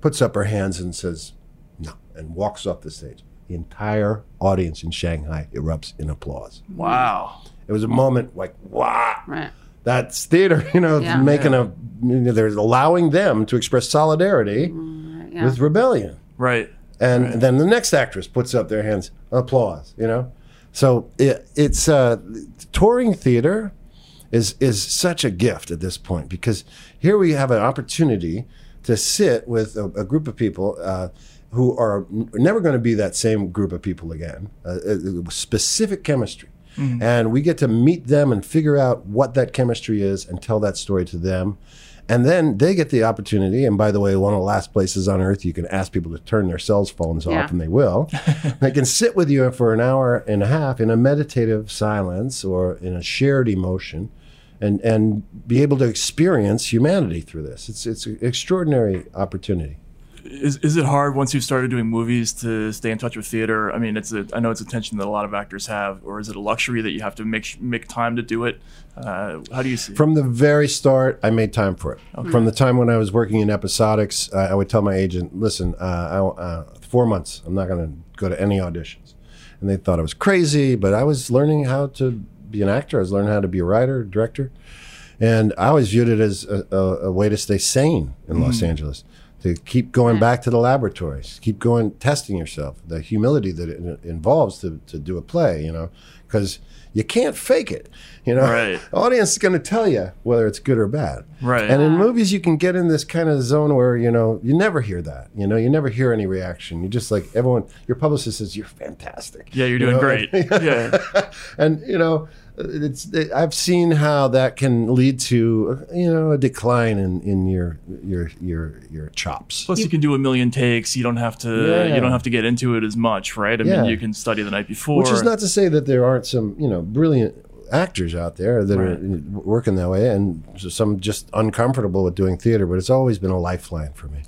puts up her hands and says, no, and walks off the stage. The entire audience in Shanghai erupts in applause. Wow. It was a moment like, wow. Right. That's theater, you know, Yeah. making a, you know, they're allowing them to express solidarity Mm, yeah. with rebellion. Right. And then the next actress puts up their hands, applause, you know? So it, it's uh, touring theater is, is such a gift at this point because here we have an opportunity to sit with a, a group of people uh, who are n- never going to be that same group of people again, uh, uh, specific chemistry. Mhm. And we get to meet them and figure out what that chemistry is and tell that story to them. And then they get the opportunity. And by the way, one of the last places on earth you can ask people to turn their cell phones Yeah. off, and they will. they can sit with you for an hour and a half in a meditative silence or in a shared emotion. And, and be able to experience humanity through this. It's, it's an extraordinary opportunity. Is, is it hard once you've started doing movies to stay in touch with theater? I mean, it's a, I know it's a tension that a lot of actors have, or is it a luxury that you have to make make time to do it? Uh, how do you see? it? From the very start, I made time for it. Okay. From the time when I was working in episodics, uh, I would tell my agent, "Listen, uh, I, uh, four months, I'm not going to go to any auditions." And they thought I was crazy, but I was learning how to be an actor. I was learning how to be a writer, director, and I always viewed it as a, a, a way to stay sane in Los Mm. Mhm. Angeles. To keep going back to the laboratories, keep going testing yourself. The humility that it involves to, to do a play, you know, because you can't fake it. You know, Right. audience is going to tell you whether it's good or bad. Right. And in movies, you can get in this kind of zone where you know you never hear that. You know, you never hear any reaction. You just like everyone. Your publicist says you're fantastic. Yeah, you're You doing know, great. yeah. and you know, it's it, I've seen how that can lead to you know a decline in in your your your your chops. Plus, you, can do a million takes. You don't have to. Yeah. You don't have to get into it as much, right? I Yeah. mean, you can study the night before. Which is not to say that there aren't some, you know, brilliant actors out there that are uh, working that way, and so some just uncomfortable with doing theater. But it's always been a lifeline for me.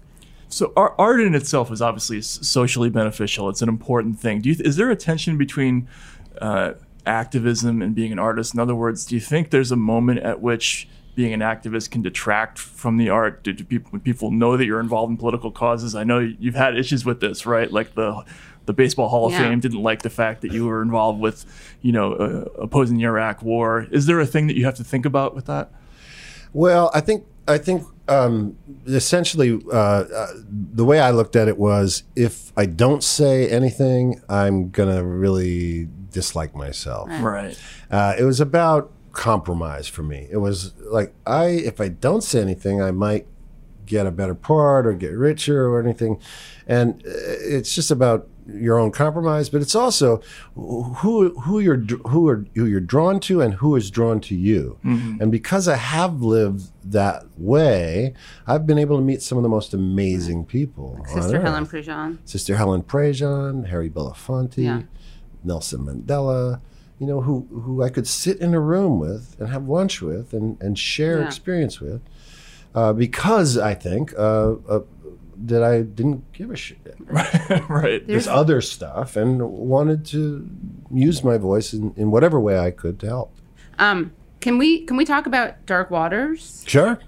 So ar- art in itself is obviously s- socially beneficial. It's an important thing. Do you th- is there a tension between uh, activism and being an artist? In other words, do you think there's a moment at which being an activist can detract from the art? Do, do people when people know that you're involved in political causes? I know you've had issues with this, right? Like the the Baseball Hall of Yeah. Fame didn't like the fact that you were involved with, you know, uh, opposing the Iraq War. Is there a thing that you have to think about with that? Well, I think I think um, essentially uh, uh, the way I looked at it was if I don't say anything, I'm gonna really dislike myself. Right. Uh, it was about compromise for me. It was like I if I don't say anything, I might get a better part or get richer or anything, and uh, it's just about your own compromise. But it's also who who you're dr- who are who you're drawn to and who is drawn to you. Mm-hmm. Mhm. And because I have lived that way, I've been able to meet some of the most amazing people. on Sister earth. Helen Prejean. Sister Helen Prejean, Harry Belafonte, Yeah. Nelson Mandela, you know, who, who I could sit in a room with and have lunch with and, and share Yeah. experience with uh, because I think uh, uh, that I didn't give a shit. right. This other stuff and wanted to use my voice in, in whatever way I could to help. Um, can we can we talk about Dark Waters? Sure.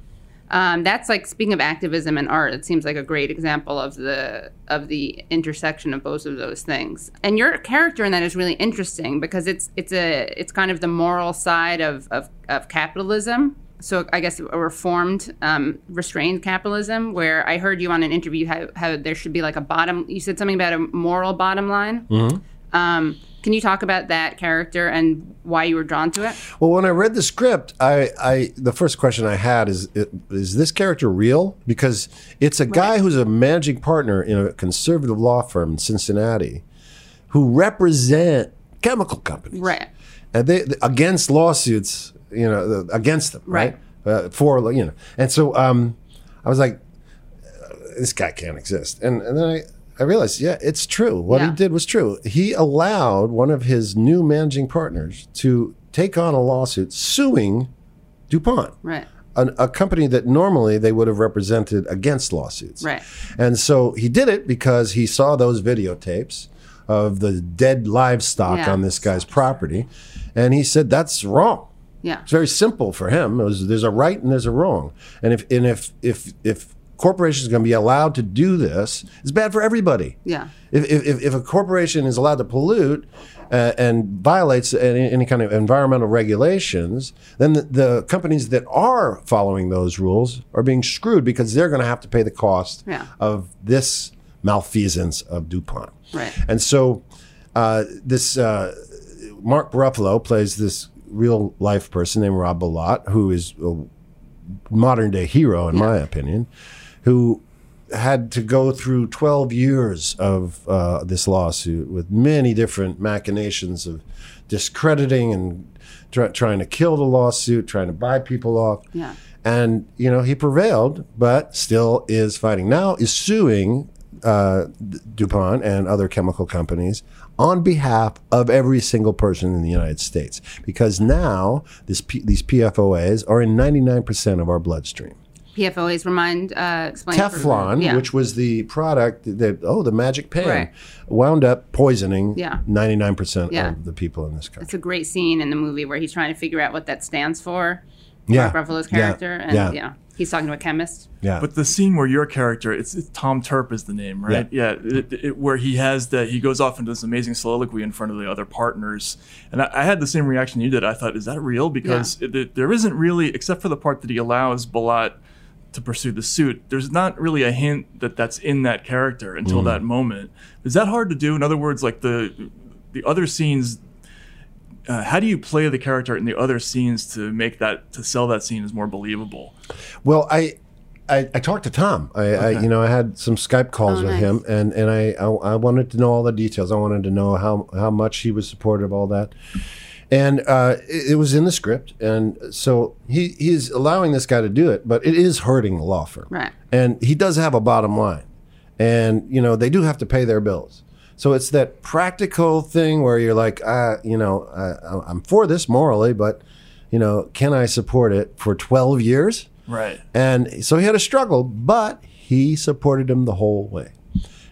Um, that's like speaking of activism and art. It seems like a great example of the of the intersection of both of those things. And your character in that is really interesting because it's it's a it's kind of the moral side of of, of capitalism. So I guess a reformed, um, restrained capitalism. Where I heard you on an interview how, how there should be like a bottom. You said something about a moral bottom line. Mm-hmm. Um, can you talk about that character and why you were drawn to it? Well, when I read the script, I, I the first question I had is is this character real? Because it's a guy who's a managing partner in a conservative law firm in Cincinnati, who represent chemical companies Right. and they against lawsuits, you know, the- against them, right? Uh, for you know, and so um, I was like, "Uh, this guy can't exist, and and then I. I realized, yeah, it's true. What he Yeah. did was true. He allowed one of his new managing partners to take on a lawsuit suing DuPont, Right. an, a company that normally they would have represented against lawsuits. Right. And so he did it because he saw those videotapes of the dead livestock Yeah. on this guy's property. And he said, that's wrong. Yeah. It's very simple for him. It was, there's a right and there's a wrong. And if, and if, if, if corporations are going to be allowed to do this, it's bad for everybody. Yeah. If, if- if, if a corporation is allowed to pollute uh, and violates any, any kind of environmental regulations, then the, the companies that are following those rules are being screwed because they're going to have to pay the cost Yeah. of this malfeasance of DuPont. Right. And so uh, this uh, Mark Ruffalo plays this real life person named Rob Bellot, who is a modern day hero, in my opinion, who had to go through 12 years of uh, this lawsuit with many different machinations of discrediting and try trying to kill the lawsuit, trying to buy people off. Yeah. And, you know, he prevailed, but still is fighting. Now is suing uh, D- DuPont and other chemical companies on behalf of every single person in the United States because now this P- these PFOAs are in 99% of our bloodstream. PFOAs remind uh, explain for- Teflon, yeah. which was the product that, oh, the magic pan, Right. wound up poisoning Yeah. 99% Yeah. of the people in this country. it's a great scene in the movie where he's trying to figure out what that stands for. Yeah. Mark Ruffalo's Yeah. character, and Yeah. yeah. he's talking to a chemist. Yeah. But the scene where your character, it's, it's Tom Turp is the name, right? Yeah. it, it, where he has that, he goes off into this amazing soliloquy in front of the other partners. And I, I had the same reaction you did. I thought, is that real? Because it, it- there isn't really, except for the part that he allows Balat to pursue the suit, there's not really a hint that that's in that character until Mhm. that moment. Is that hard to do? In other words, like the the other scenes. Uh, how do you play the character in the other scenes to make that to sell that scene as more believable? Well, I, I I talked to Tom. I, I you know I had some Skype calls with him, and and I, I I wanted to know all the details. I wanted to know how how much he was supportive, all that, and uh, it, it was in the script. And so he he's allowing this guy to do it, but it is hurting the law firm, Right. and he does have a bottom line, and you know they do have to pay their bills. So it's that practical thing where you're like, uh, you know, I, I'm for this morally, but you know, can I support it for 12 years? Right. And so he had a struggle, but he supported him the whole way.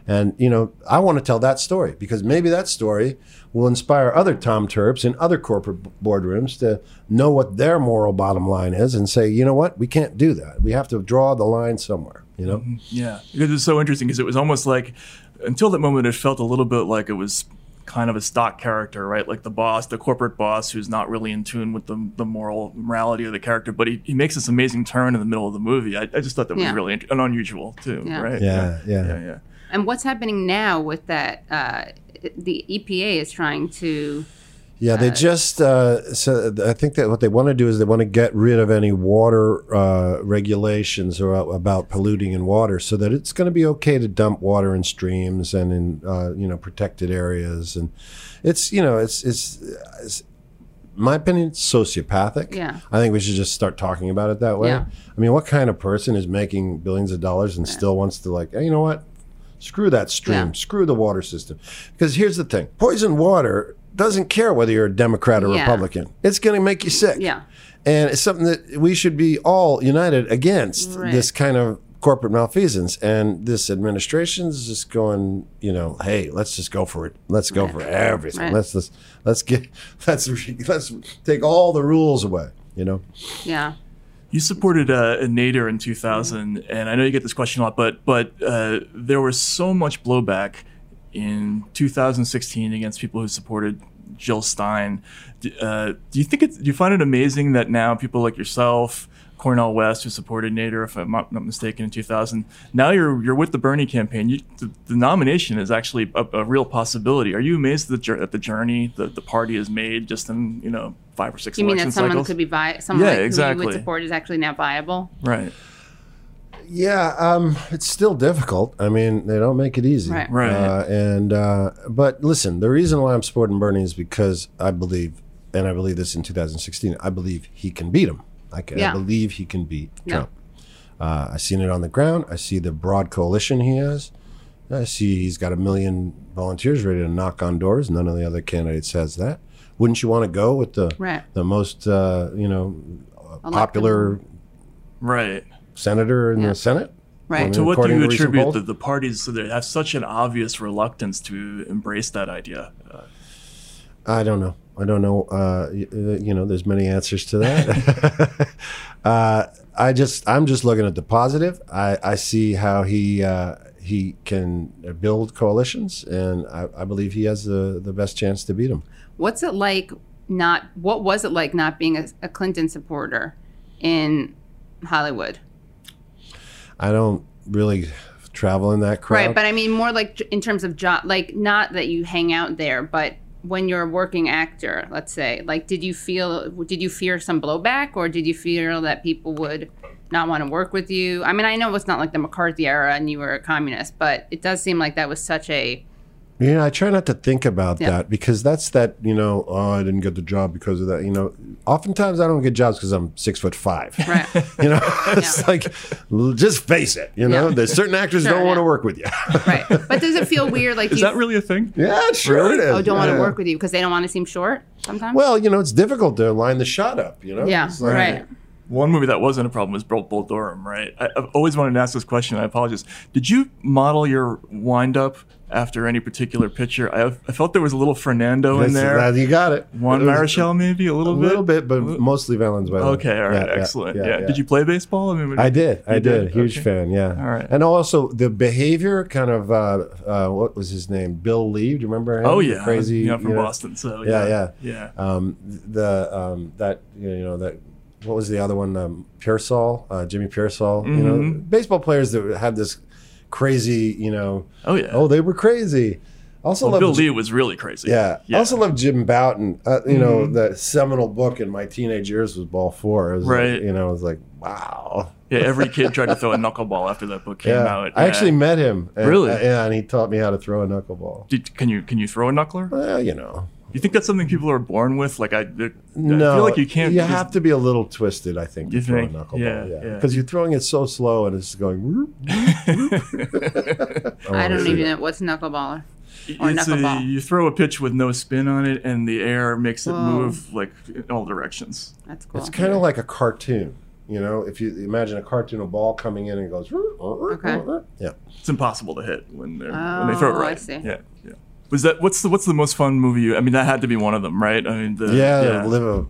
And you know, I want to tell that story because maybe that story will inspire other Tom Turps in other corporate b- boardrooms to know what their moral bottom line is and say, you know what, we can't do that. We have to draw the line somewhere. You know, Yeah, because it's so interesting because it was almost like until that moment it felt a little bit like it was kind of a stock character, right? Like the boss, the corporate boss who's not really in tune with the, the moral morality of the character, but he, he makes this amazing turn in the middle of the movie. I, I just thought that Yeah. was really int- and unusual too, Yeah. right? Yeah, yeah. yeah, yeah. And what's happening now with that? Uh, the EPA is trying to. Yeah, they just uh, so I think that what they want to do is they want to get rid of any water uh, regulations or uh, about polluting in water, so that it's going to be okay to dump water in streams and in uh, you know protected areas, and it's you know it's it's. it's in my opinion, it's sociopathic. Yeah. I think we should just start talking about it that way. Yeah. I mean, what kind of person is making billions of dollars and still wants to like, hey, you know what? Screw that stream. Yeah. Screw the water system. Because here's the thing: poison water doesn't care whether you're a Democrat or Yeah. Republican. It's going to make you sick. Yeah. And it's something that we should be all united against Right. this kind of corporate malfeasance. And this administration's just going, you know, hey, let's just go for it. Let's go for everything. Right. Let's let's let's get let's let's take all the rules away. You know. Yeah. You supported uh, Nader in 2000, Mm-hmm. and I know you get this question a lot, but but uh, there was so much blowback in 2016 against people who supported Jill Stein. D- uh, do you think it's, do you find it amazing that now people like yourself, Cornell West, who supported Nader, if I'm not not mistaken, in 2000, now you're you're with the Bernie campaign. You, the, the nomination is actually a, a real possibility. Are you amazed at the, jour- at the journey that the party has made just in you know five or six? you mean election that someone cycles? could be vi- someone Yeah, like who you exactly. would support is actually now viable? right? Yeah, um, it's still difficult. I mean, they don't make it easy, Right. Right. Uh, and uh, but listen, the reason why I'm supporting Bernie is because I believe, and I believe this in 2016. I believe he can beat him. I, can, Yeah. I believe he can beat Yeah. Trump. Uh, I seen it on the ground. I see the broad coalition he has. I see he's got a million volunteers ready to knock on doors. None of the other candidates has that. Wouldn't you want to go with the Right. the most uh, you know Electable. popular right senator in Yeah. the Senate? I mean, to what do according you to recent attribute polls. the, the parties so they have such an obvious reluctance to embrace that idea? Uh, I don't know. I don't know. Uh, y- uh, you know, there's many answers to that. uh, I just, I'm just looking at the positive. I, I see how he uh, he can build coalitions, and I, I believe he has the, the best chance to beat him. What's it like not? What was it like not being a, a Clinton supporter in Hollywood? I don't really travel in that crowd. Right, but I mean more like in terms of job, like not that you hang out there, but when you're a working actor, let's say, like did you feel did you fear some blowback or did you feel that people would not want to work with you? I mean, I know it's not like the McCarthy era and you were a communist, but it does seem like that was such a Yeah, I try not to think about Yeah. that because that's that, you know, oh, I didn't get the job because of that. You know, oftentimes I don't get jobs because I'm six foot five. Right. You know, it's like, l- just face it. You know, Yeah. there's certain actors Sure, don't want yeah. to work with you. But does it feel weird like you really a thing? Yeah, sure it is. Oh, don't want Yeah. to work with you because they don't want to seem short sometimes? Well, you know, it's difficult to line the shot up, you know? Yeah, It's like- right. One movie that wasn't a problem was Bull, Bull Durham, right? I, I've always wanted to ask this question. I apologize. Did you model your wind up after any particular picture? I, I felt there was a little Fernando in That's- there. that- you got it. Juan It was- Marichal, maybe a little a bit. little bit, but mostly Valenzuela. Okay, all right, excellent. Yeah, Did you play baseball? I, mean, when- I did. I You did. Huge Okay. fan. Yeah. All right. And also the behavior, kind of. Uh, uh, what was his name? Bill Lee. Do you remember him? Oh, The yeah. Crazy. Yeah, from Boston, so, Yeah. yeah, Yeah. Um, the um, that you know that. What was the other one? Um, Pearsall, uh, Jimmy Pearsall. You know, Mm-hmm. Mhm. baseball players that had this crazy. You know. Oh yeah. Oh, they were crazy. Also, Well, love Bill J- Lee was really crazy. yeah. I also love Jim Bouton. Uh, you know, Mhm. the seminal book in my teenage years was Ball Four. It was like, Right. you know, I was like, wow. Yeah, every kid tried to throw a knuckleball after that book came yeah. out. I Yeah. actually met him. and- Really? uh, yeah, and he taught me how to throw a knuckleball. Did, can you can you throw a knuckler? Well, you know. You think that's something people are born with? Like I, I No, feel like you can't. You just- have to be a little twisted, I think, to You throw think? a knuckleball. Yeah, Yeah, yeah. because you're throwing it so slow and it's going. whoop, whoop, whoop. I wanna don't see even that. know what's knuckleballer or It's a, knuckleball. you throw a pitch with no spin on it, and the air makes it Oh. Whoa. move like in all directions. That's cool. It's kind of like a cartoon. You know, if you imagine a cartoon, a ball coming in and goes, Okay. yeah, it's impossible to hit when they're when they throw it Oh, I right. see. Yeah, yeah. Was that what's the what's the most fun movie? You, I mean, that had to be one of them, right? I mean, the, yeah, live a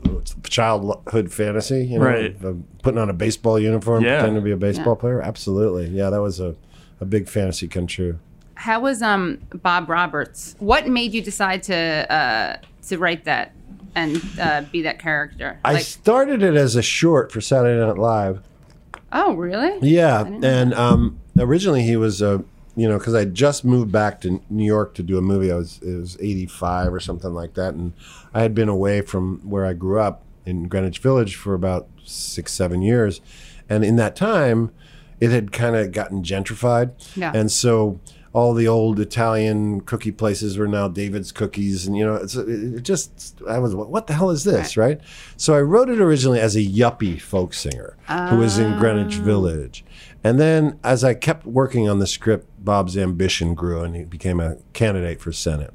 childhood fantasy. You know, Right. the- putting on a baseball uniform, Yeah. pretending to be a baseball Yeah. player. Absolutely, yeah, that was a, a big fantasy come true. How was um Bob Roberts? What made you decide to uh, to write that and uh, be that character? I started it as a short for Saturday Night Live. oh, really? Yeah, and um, originally he was a you know because I just moved back to New York to do a movie. I was it was eighty five or something like that, and I had been away from where I grew up in Greenwich Village for about six seven years, and in that time, it had kind of gotten gentrified, Yeah. and so. All the old Italian cookie places were now David's cookies, and you know, it's it just I was what the hell is this, right? So I wrote it originally as a yuppie folk singer who was in Greenwich Village. And then as I kept working on the script, Bob's ambition grew and he became a candidate for Senate.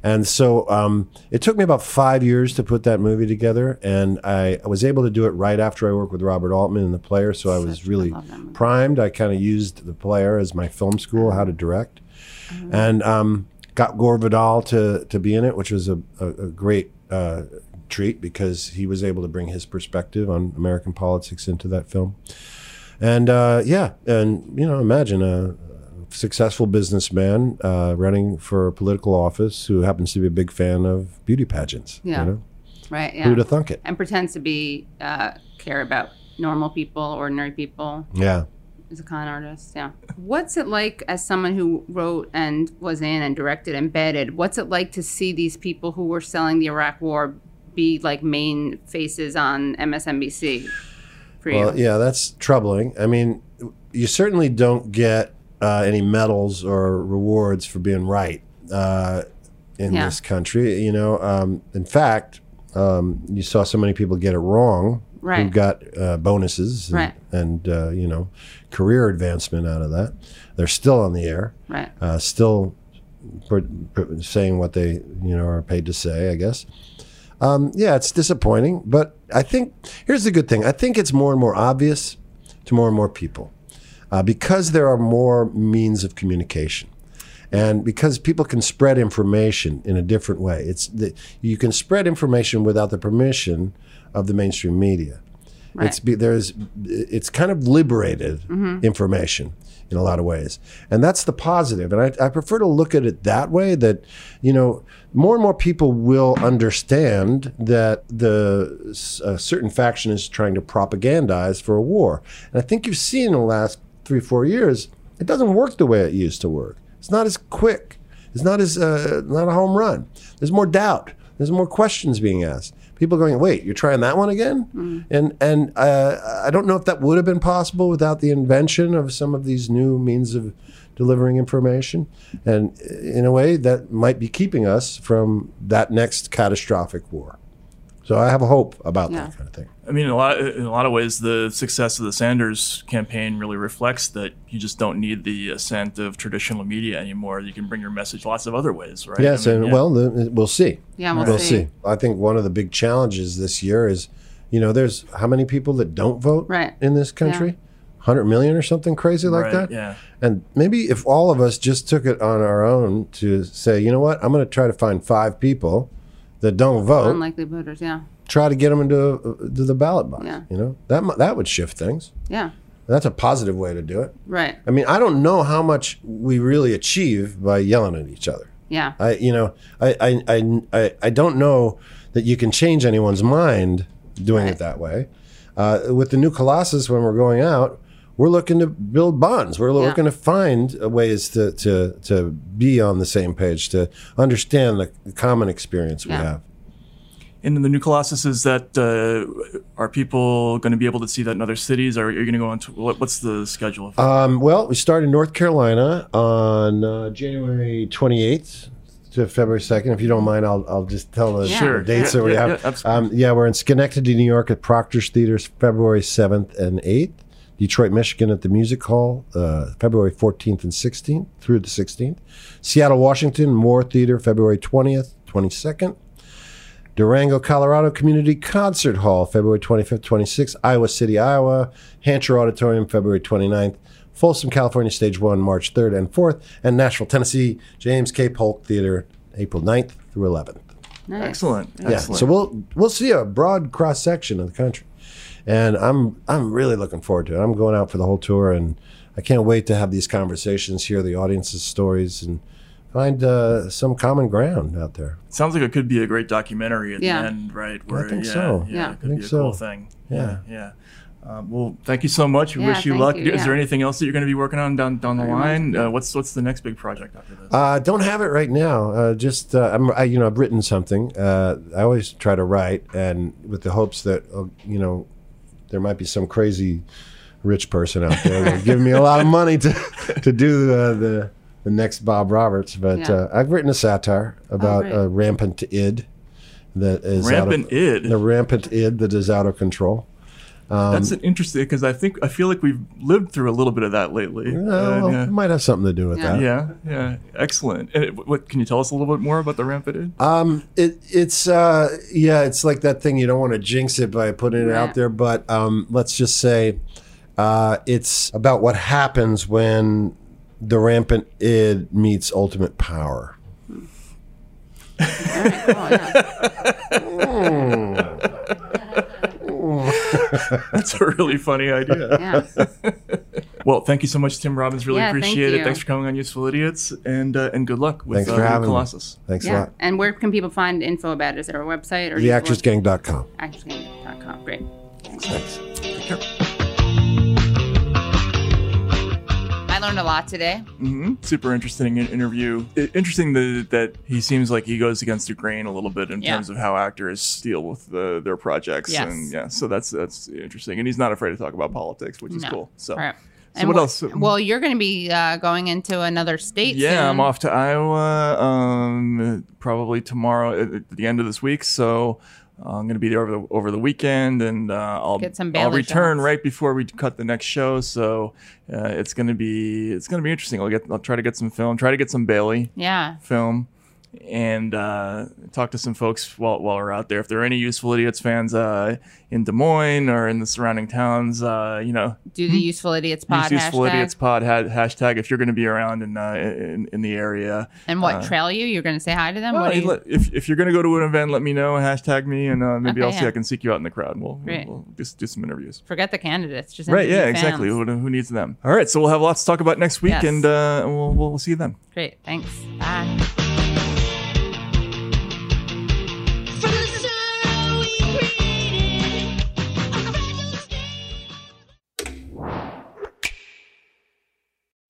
And so um, it took me about five years to put that movie together. And I, I was able to do it right after I worked with Robert Altman in The Player. So I was really primed. I kind of used The Player as my film school, how to direct. And um, got Gore Vidal to, to be in it, which was a, a, a great uh, treat because he was able to bring his perspective on American politics into that film. And uh, yeah, and you know, imagine a successful businessman uh, running for political office who happens to be a big fan of beauty pageants. you Yeah. know? Right. Yeah. Who'da thunk it? And pretends to be uh, care about normal people, ordinary people. Yeah. Is a con artist. Yeah. What's it like as someone who wrote and was in and directed embedded? What's it like to see these people who were selling the Iraq War be like main faces on MSNBC? For you? Well, yeah, that's troubling. I mean, you certainly don't get uh, any medals or rewards for being right uh, in Yeah. this country. You know, um, in fact, um, you saw so many people get it wrong who Right. got uh, bonuses and, Right. and uh, you know career advancement out of that. They're still on the air, Right. Uh, still pr- pr- saying what they you know are paid to say, I guess. Um, yeah, it's disappointing, but I think here's the good thing. I think it's more and more obvious to more and more people uh, because there are more means of communication. And because people can spread information in a different way, it's the, you can spread information without the permission of the mainstream media. It's be, there's it's kind of liberated Mhm. information in a lot of ways, and that's the positive. And I, I prefer to look at it that way. That you know, more and more people will understand that the s- a certain faction is trying to propagandize for a war, and I think you've seen in the last three four years, it doesn't work the way it used to work. It's not as quick. It's not as uh, not a home run. There's more doubt. There's more questions being asked. People going, wait, you're trying that one again? And and uh, I don't know if that would have been possible without the invention of some of these new means of delivering information. And uh, in a way, that might be keeping us from that next catastrophic war. So I have a hope about that kind of thing. I mean, in a lot in a lot of ways, the success of the Sanders campaign really reflects that you just don't need the assent of traditional media anymore. You can bring your message lots of other ways, right? Yes, I mean, and yeah. well, the, we'll see. Yeah, we'll see. I think one of the big challenges this year is, you know, there's how many people that don't vote Right. in this country? 100 million or something crazy like Right, that? yeah. And maybe if all of us just took it on our own to say, you know what, I'm going to try to find five people that don't vote, Unlikely voters. Yeah. try to get them into uh, to the ballot box. Yeah. You know, that, mu- that would shift things. Yeah. That's a positive way to do it. Right. I mean, I don't know how much we really achieve by yelling at each other. Yeah. I you know I I, I, I, I don't know that you can change anyone's mind doing it that way. Uh, with the new Colossus, when we're going out, we're looking to build bonds. We're looking to find uh, ways to, to to be on the same page, to understand the common experience we have. And in the new Colossus, is that uh, are people going to be able to see that in other cities? Are, are you going to go on? To, what, what's the schedule? Of, Um, well, we start in North Carolina on uh, January 28th to February 2nd. If you don't mind, I'll, I'll just tell the Yeah. Sure. dates Yeah, that we yeah, have. yeah, um, yeah, we're in Schenectady, New York at Proctor's Theaters February 7th and 8th. Detroit, Michigan at the Music Hall uh, February 14th and 16th through the 16th. Seattle, Washington, Moore Theater February 20th, 22nd. Durango, Colorado Community Concert Hall, February 25th, 26th, Iowa City, Iowa, Hancher Auditorium, February 29th, Folsom, California, Stage 1, March 3rd and 4th, and Nashville, Tennessee, James K. Polk Theater, April 9th through 11th. Nice. Excellent. Yeah, so we'll we'll see a broad cross section of the country, and I'm I'm really looking forward to it. I'm going out for the whole tour, and I can't wait to have these conversations, hear the audience's stories, and find uh, some common ground out there. Sounds like it could be a great documentary at Yeah. the end, right? I think so. Yeah, Yeah. it I could think be a so. cool thing. Yeah. yeah. Um, well, thank you so much. We Yeah, wish you thank luck. you, Is there yeah. anything else that you're going to be working on down down the Very much. line? Uh, what's what's the next big project after this? Uh, don't have it right now. Uh, just uh, I'm, I, you know, I've written something. Uh, I always try to write, and with the hopes that uh, you know, there might be some crazy rich person out there that give me a lot of money to to do uh, the the next Bob Roberts. But Yeah. Oh, uh, I've written a satire about right. uh, rampant id that is out Rampant of, id the rampant id that is out of control. Um, That's an interesting because I think I feel like we've lived through a little bit of that lately. well, Uh, yeah. it might have something to do with yeah. that. yeah, excellent. And it- what can you tell us a little bit more about the rampant id? Um, it, it's uh, yeah, it's like that thing you don't want to jinx it by putting it out there, but um, let's just say uh, it's about what happens when the rampant id meets ultimate power. That's a really funny idea. well, thank you so much, Tim Robbins. Really Yeah, thank appreciate it. you. Thanks for coming on Useful Idiots, and uh, and good luck with Thanks uh, for having me. Colossus. Thanks a yeah. lot. And where can people find info about it? Is there a website or Theactressgang.com. actressgang.com? Great. Thanks. I learned a lot today. hmm Super interesting in- interview. I- Interesting that, that he seems like he goes against the grain a little bit in Yeah. terms of how actors deal with the, their projects. Yes. And yeah, so that's that's interesting. And he's not afraid to talk about politics, which is No. cool. So, All right. so And what wh- else? Um, Well, you're going to be uh, going into another state. yeah, soon. I'm off to Iowa um, probably tomorrow at at the end of this week. So uh, I'm going to be there over the over the weekend, and uh, I'll Get some I'll Bailey return right before we cut the next show. So uh, it's going to be it's going to be interesting. I'll get I'll try to get some film, try to get some Bailey Yeah. film, and uh, talk to some folks while while we're out there. If there are any useful idiots fans uh, in Des Moines or in the surrounding towns, uh, you know, Do the Useful Idiots uh, use pod useful hashtag. idiots pod ha- hashtag if you're going to be around in, uh, in in the area. And what Uh, trail you? You're going to say hi to them? well, What do you- let- if, if you're going to go to an event, let me know. Hashtag me, and uh, maybe Okay, I'll see Oh, yeah. I can seek you out in the crowd. And we'll, Great. we'll just do some interviews. Forget the candidates. Just Right? Yeah. interview fans. Exactly. Who, who needs them? All right. So we'll have lots to talk about next week, Yes. and uh, we'll we'll see you then. Great. Thanks. Bye.